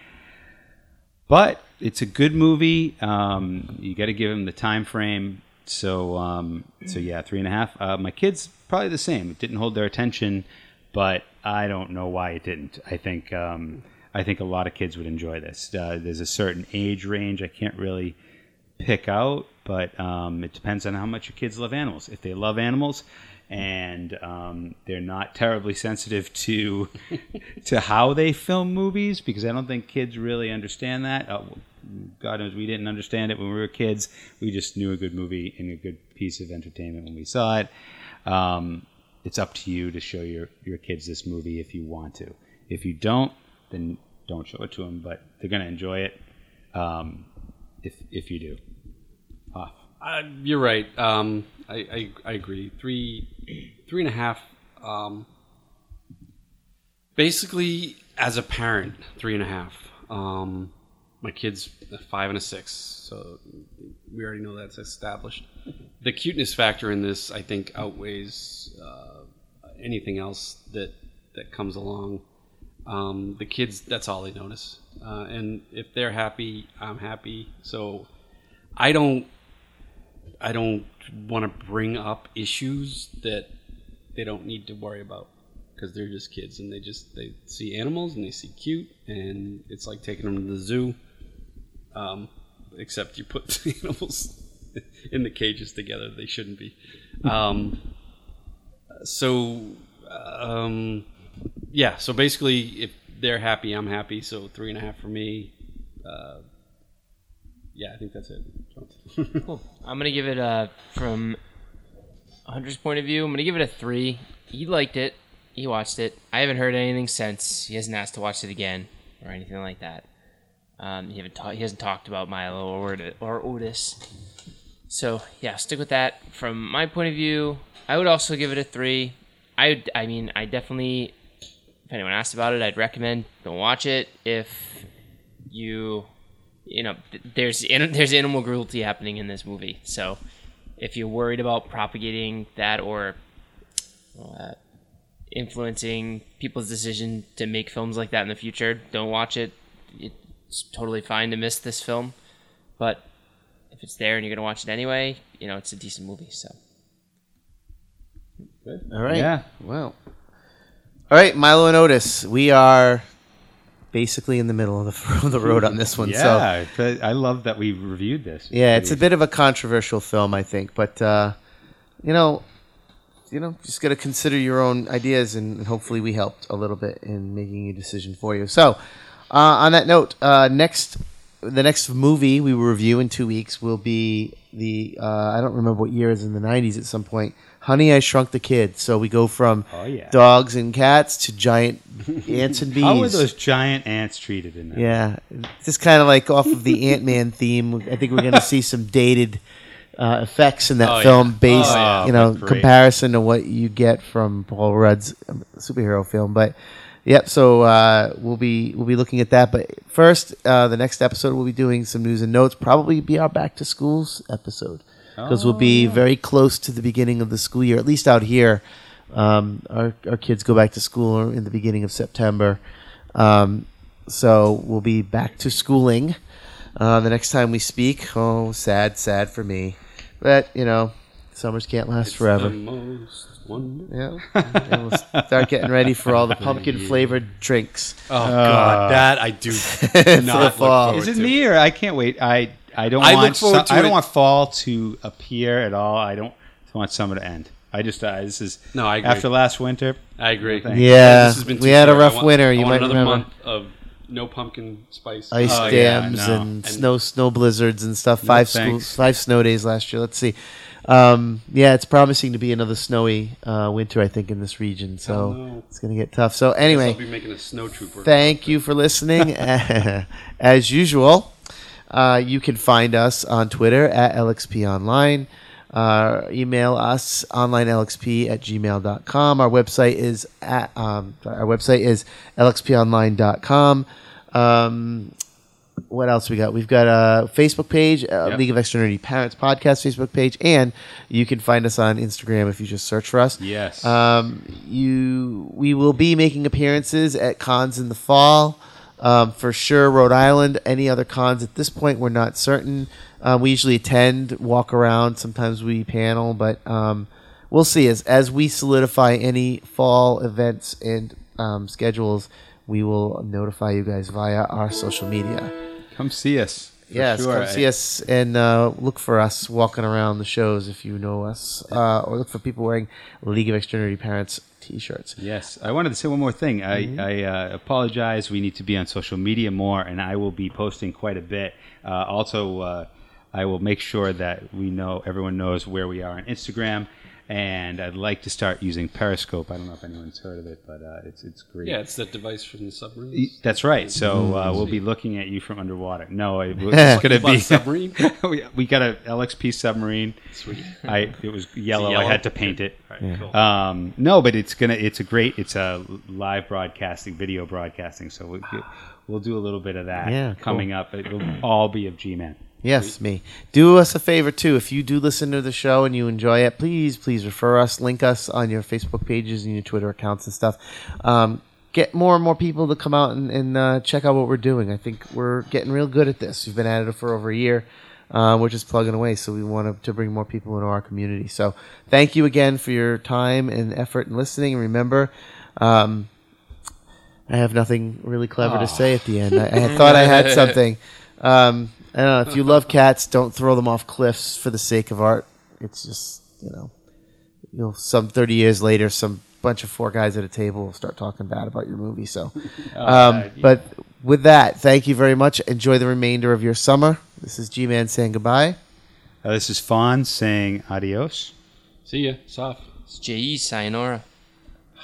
S3: But it's a good movie. Um, you got to give him the time frame. So um, so yeah, three and a half. Uh, my kids probably the same. It didn't hold their attention, but I don't know why it didn't. I think um, I think a lot of kids would enjoy this. Uh, there's a certain age range. I can't really pick out, but um, it depends on how much your kids love animals. If they love animals and um, they're not terribly sensitive to to how they film movies, because I don't think kids really understand that. Uh, God knows we didn't understand it when we were kids. We just knew a good movie and a good piece of entertainment when we saw it. Um, it's up to you to show your, your kids this movie if you want to. If you don't, then don't show it to them, but they're going to enjoy it um, if, if you do. Ah,
S2: Uh, you're right. Um, I, I I agree. Three, three and a half. Um, basically, as a parent, three and a half. Um, my kids a five and a six, so we already know that's established. The cuteness factor in this, I think, outweighs uh, anything else that that comes along. Um, the kids, that's all they notice, uh, and if they're happy, I'm happy. So I don't I don't want to bring up issues that they don't need to worry about because they're just kids and they just they see animals and they see cute and it's like taking them to the zoo, um, except you put the animals in the cages together. They shouldn't be. Um, so, um, yeah. So basically, if they're happy, I'm happy. So three and a half for me. Uh, yeah, I think that's it.
S4: I'm gonna give it a from Hunter's point of view. I'm gonna give it a three. He liked it. He watched it. I haven't heard anything since. He hasn't asked to watch it again or anything like that. Um, he haven't ta- he hasn't talked about Milo or Ot- or Otis. So yeah, stick with that. From my point of view, I would also give it a three. I would- I mean I definitely. If anyone asked about it, I'd recommend don't watch it. If you you know, th- there's an- there's animal cruelty happening in this movie. So if you're worried about propagating that or uh, influencing people's decision to make films like that in the future, don't watch it. It's totally fine to miss this film, but if it's there and you're gonna watch it anyway, you know it's a decent movie. So
S1: All right.
S3: Yeah.
S1: Wow. All right, Milo and Otis. We are basically in the middle of the, of the road on this one. So
S3: yeah, but I love that we reviewed this.
S1: Yeah, it's a bit of a controversial film, I think, but uh, you know, you know, just got to consider your own ideas, and, and hopefully, we helped a little bit in making a decision for you. So, uh, on that note, uh, next, the next movie we will review in two weeks will be the uh, I don't remember what year is in the '90s at some point. Honey, I Shrunk the Kid. So we go from
S3: Oh, yeah.
S1: dogs and cats to giant ants and bees.
S3: How were those giant ants treated in that?
S1: Yeah, just kind of like off of the Ant Man theme. I think we're going to see some dated uh, effects in that
S2: Oh,
S1: film,
S2: yeah.
S1: based
S3: Oh, yeah.
S1: you know
S3: Great.
S1: comparison to what you get from Paul Rudd's um, superhero film. But yep, so uh, we'll be we'll be looking at that. But first, uh, the next episode we'll be doing some news and notes. Probably be our back to schools episode because we'll be very close to the beginning of the school year, at least out here. Um, our, our kids go back to school in the beginning of September. Um, so we'll be back to schooling uh, the next time we speak. Oh, sad, sad for me. But, you know, summers can't last forever.
S2: The most wonderful.
S1: yeah. and we'll start getting ready for all the pumpkin flavored drinks.
S2: Oh God, that I do
S1: the
S2: not look
S1: fall.
S2: forward
S3: Is it
S2: to.
S3: in the year? I can't wait. I I don't
S2: I look
S3: want
S2: forward
S3: su-
S2: to
S3: I don't
S2: it.
S3: want fall to appear at all. I don't want summer to end. I just uh, this is
S2: No, I agree.
S3: after last winter.
S2: I agree.
S3: Yeah,
S1: Yeah.
S2: This has been
S1: we
S2: too
S1: had a
S2: short. I
S1: rough
S2: want-
S1: winter.
S2: I
S1: You
S2: want
S1: might
S2: another
S1: remember.
S2: month of no pumpkin spice. Uh,
S1: Ice
S3: Oh, yeah,
S1: dams
S3: no.
S1: and,
S3: And-
S1: snow snow blizzards and stuff. Five school,
S3: thanks.
S1: five snow days last year. Let's see. Um, yeah, it's promising to be another snowy uh, winter. I think in this region, so
S2: no.
S1: it's going to get tough. So
S2: I'll
S1: anyway,
S2: be making a snow trooper.
S1: Thank you for listening. As usual, uh, you can find us on Twitter at LXP Online. Uh, email us onlinelxp at gmail.com. Our website is at um, sorry, our website is lxponline.com. Um, what else we got? We've got a Facebook page, uh, League of Extra Nerdy Parents Podcast Facebook page, and you can find us on Instagram if you just search for us.
S3: Yes.
S1: Um, you, we will be making appearances at cons in the fall. Um, for sure, Rhode Island. Any other cons at this point, we're not certain. Um, we usually attend, walk around. Sometimes we panel, but um, we'll see. As as we solidify any fall events and um, schedules, we will notify you guys via our social media.
S3: Come see us. for
S1: Yes,
S3: sure.
S1: come see us and uh, look for us walking around the shows if you know us, uh, or look for people wearing League of Extraordinary Parents T-shirts.
S3: Yes, I wanted to say one more thing. I, I uh, apologize. We need to be on social media more, and I will be posting quite a bit. Uh, also, uh, I will make sure that we know everyone knows where we are on Instagram. And I'd like to start using Periscope. I don't know if anyone's heard of it, but uh, it's it's great.
S2: Yeah, it's that device from the submarine.
S3: Y- That's right. So uh, we'll be looking at you from underwater. No, it, w-
S1: Yeah.
S3: it's going to
S2: Bought a
S3: be
S2: submarine?
S3: we, we got a LXP submarine.
S2: Sweet.
S3: I it was yellow.
S2: yellow?
S3: I had to paint it.
S2: Alright, cool.
S3: Um, no, but it's gonna. It's a great. It's a live broadcasting, video broadcasting. So we, we'll do a little bit of that
S1: Yeah, cool.
S3: coming up. It will all be of G-Man.
S1: Yes, me. Do us a favor too. If you do listen to the show and you enjoy it, please, please refer us, link us on your Facebook pages and your Twitter accounts and stuff. Um, get more and more people to come out and, and uh, check out what we're doing. I think we're getting real good at this. We've been at it for over a year. Uh, we're just plugging away, so we want to bring more people into our community. So, thank you again for your time and effort and listening. And remember, um, I have nothing really clever to say at the end. I, I had thought I had something. Um, I don't know. If you love cats, don't throw them off cliffs for the sake of art. It's just you know, you'll some thirty years later, some bunch of four guys at a table will start talking bad about your movie. So,
S2: Oh,
S1: um, but with that, thank you very much. Enjoy the remainder of your summer. This is G Man saying goodbye.
S3: Uh, this is Fawn saying adios.
S2: See ya. Soft.
S4: It's J.E. Sayonara.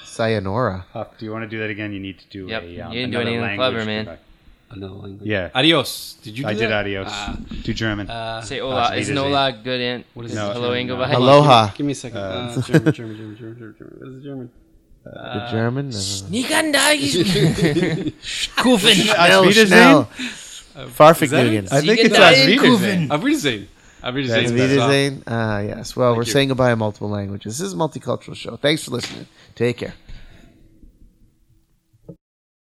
S1: Sayonara.
S3: Huff, do you want to do that again? You need to do
S4: Yep,
S3: a. Um,
S4: you didn't do
S3: another
S4: anything
S3: language
S4: clever, man.
S3: comeback.
S2: Another language.
S3: Yeah.
S2: Adios. Did you? Do
S3: I did
S2: that?
S3: adios.
S4: Uh,
S2: Ah.
S3: do German.
S4: Say
S3: Uh,
S4: hola.
S3: it
S4: Isn't
S3: is a-
S4: hola good and what
S2: is
S4: is
S3: it? No,
S4: hello
S2: it's
S4: and
S2: not.
S4: goodbye?
S1: Aloha.
S2: Give me a second. Uh, German, German, German, German, German, German. What is German? Uh,
S1: the German. uh,
S4: Nikandagis. Kufen.
S1: Schnell,
S3: Wiedersehen?
S1: schnell. Farfik
S2: Uh, that it? Uh,
S1: Nugent.
S3: I think
S4: Sie
S3: it's
S4: gehen
S3: as
S4: dahin,
S3: Wiedersehen.
S2: I've saying. I've been saying.
S1: Wiedersehen. Ah, yes. Well, we're
S2: you.
S1: saying goodbye in multiple languages. This is a multicultural show. Thanks for listening. Take care.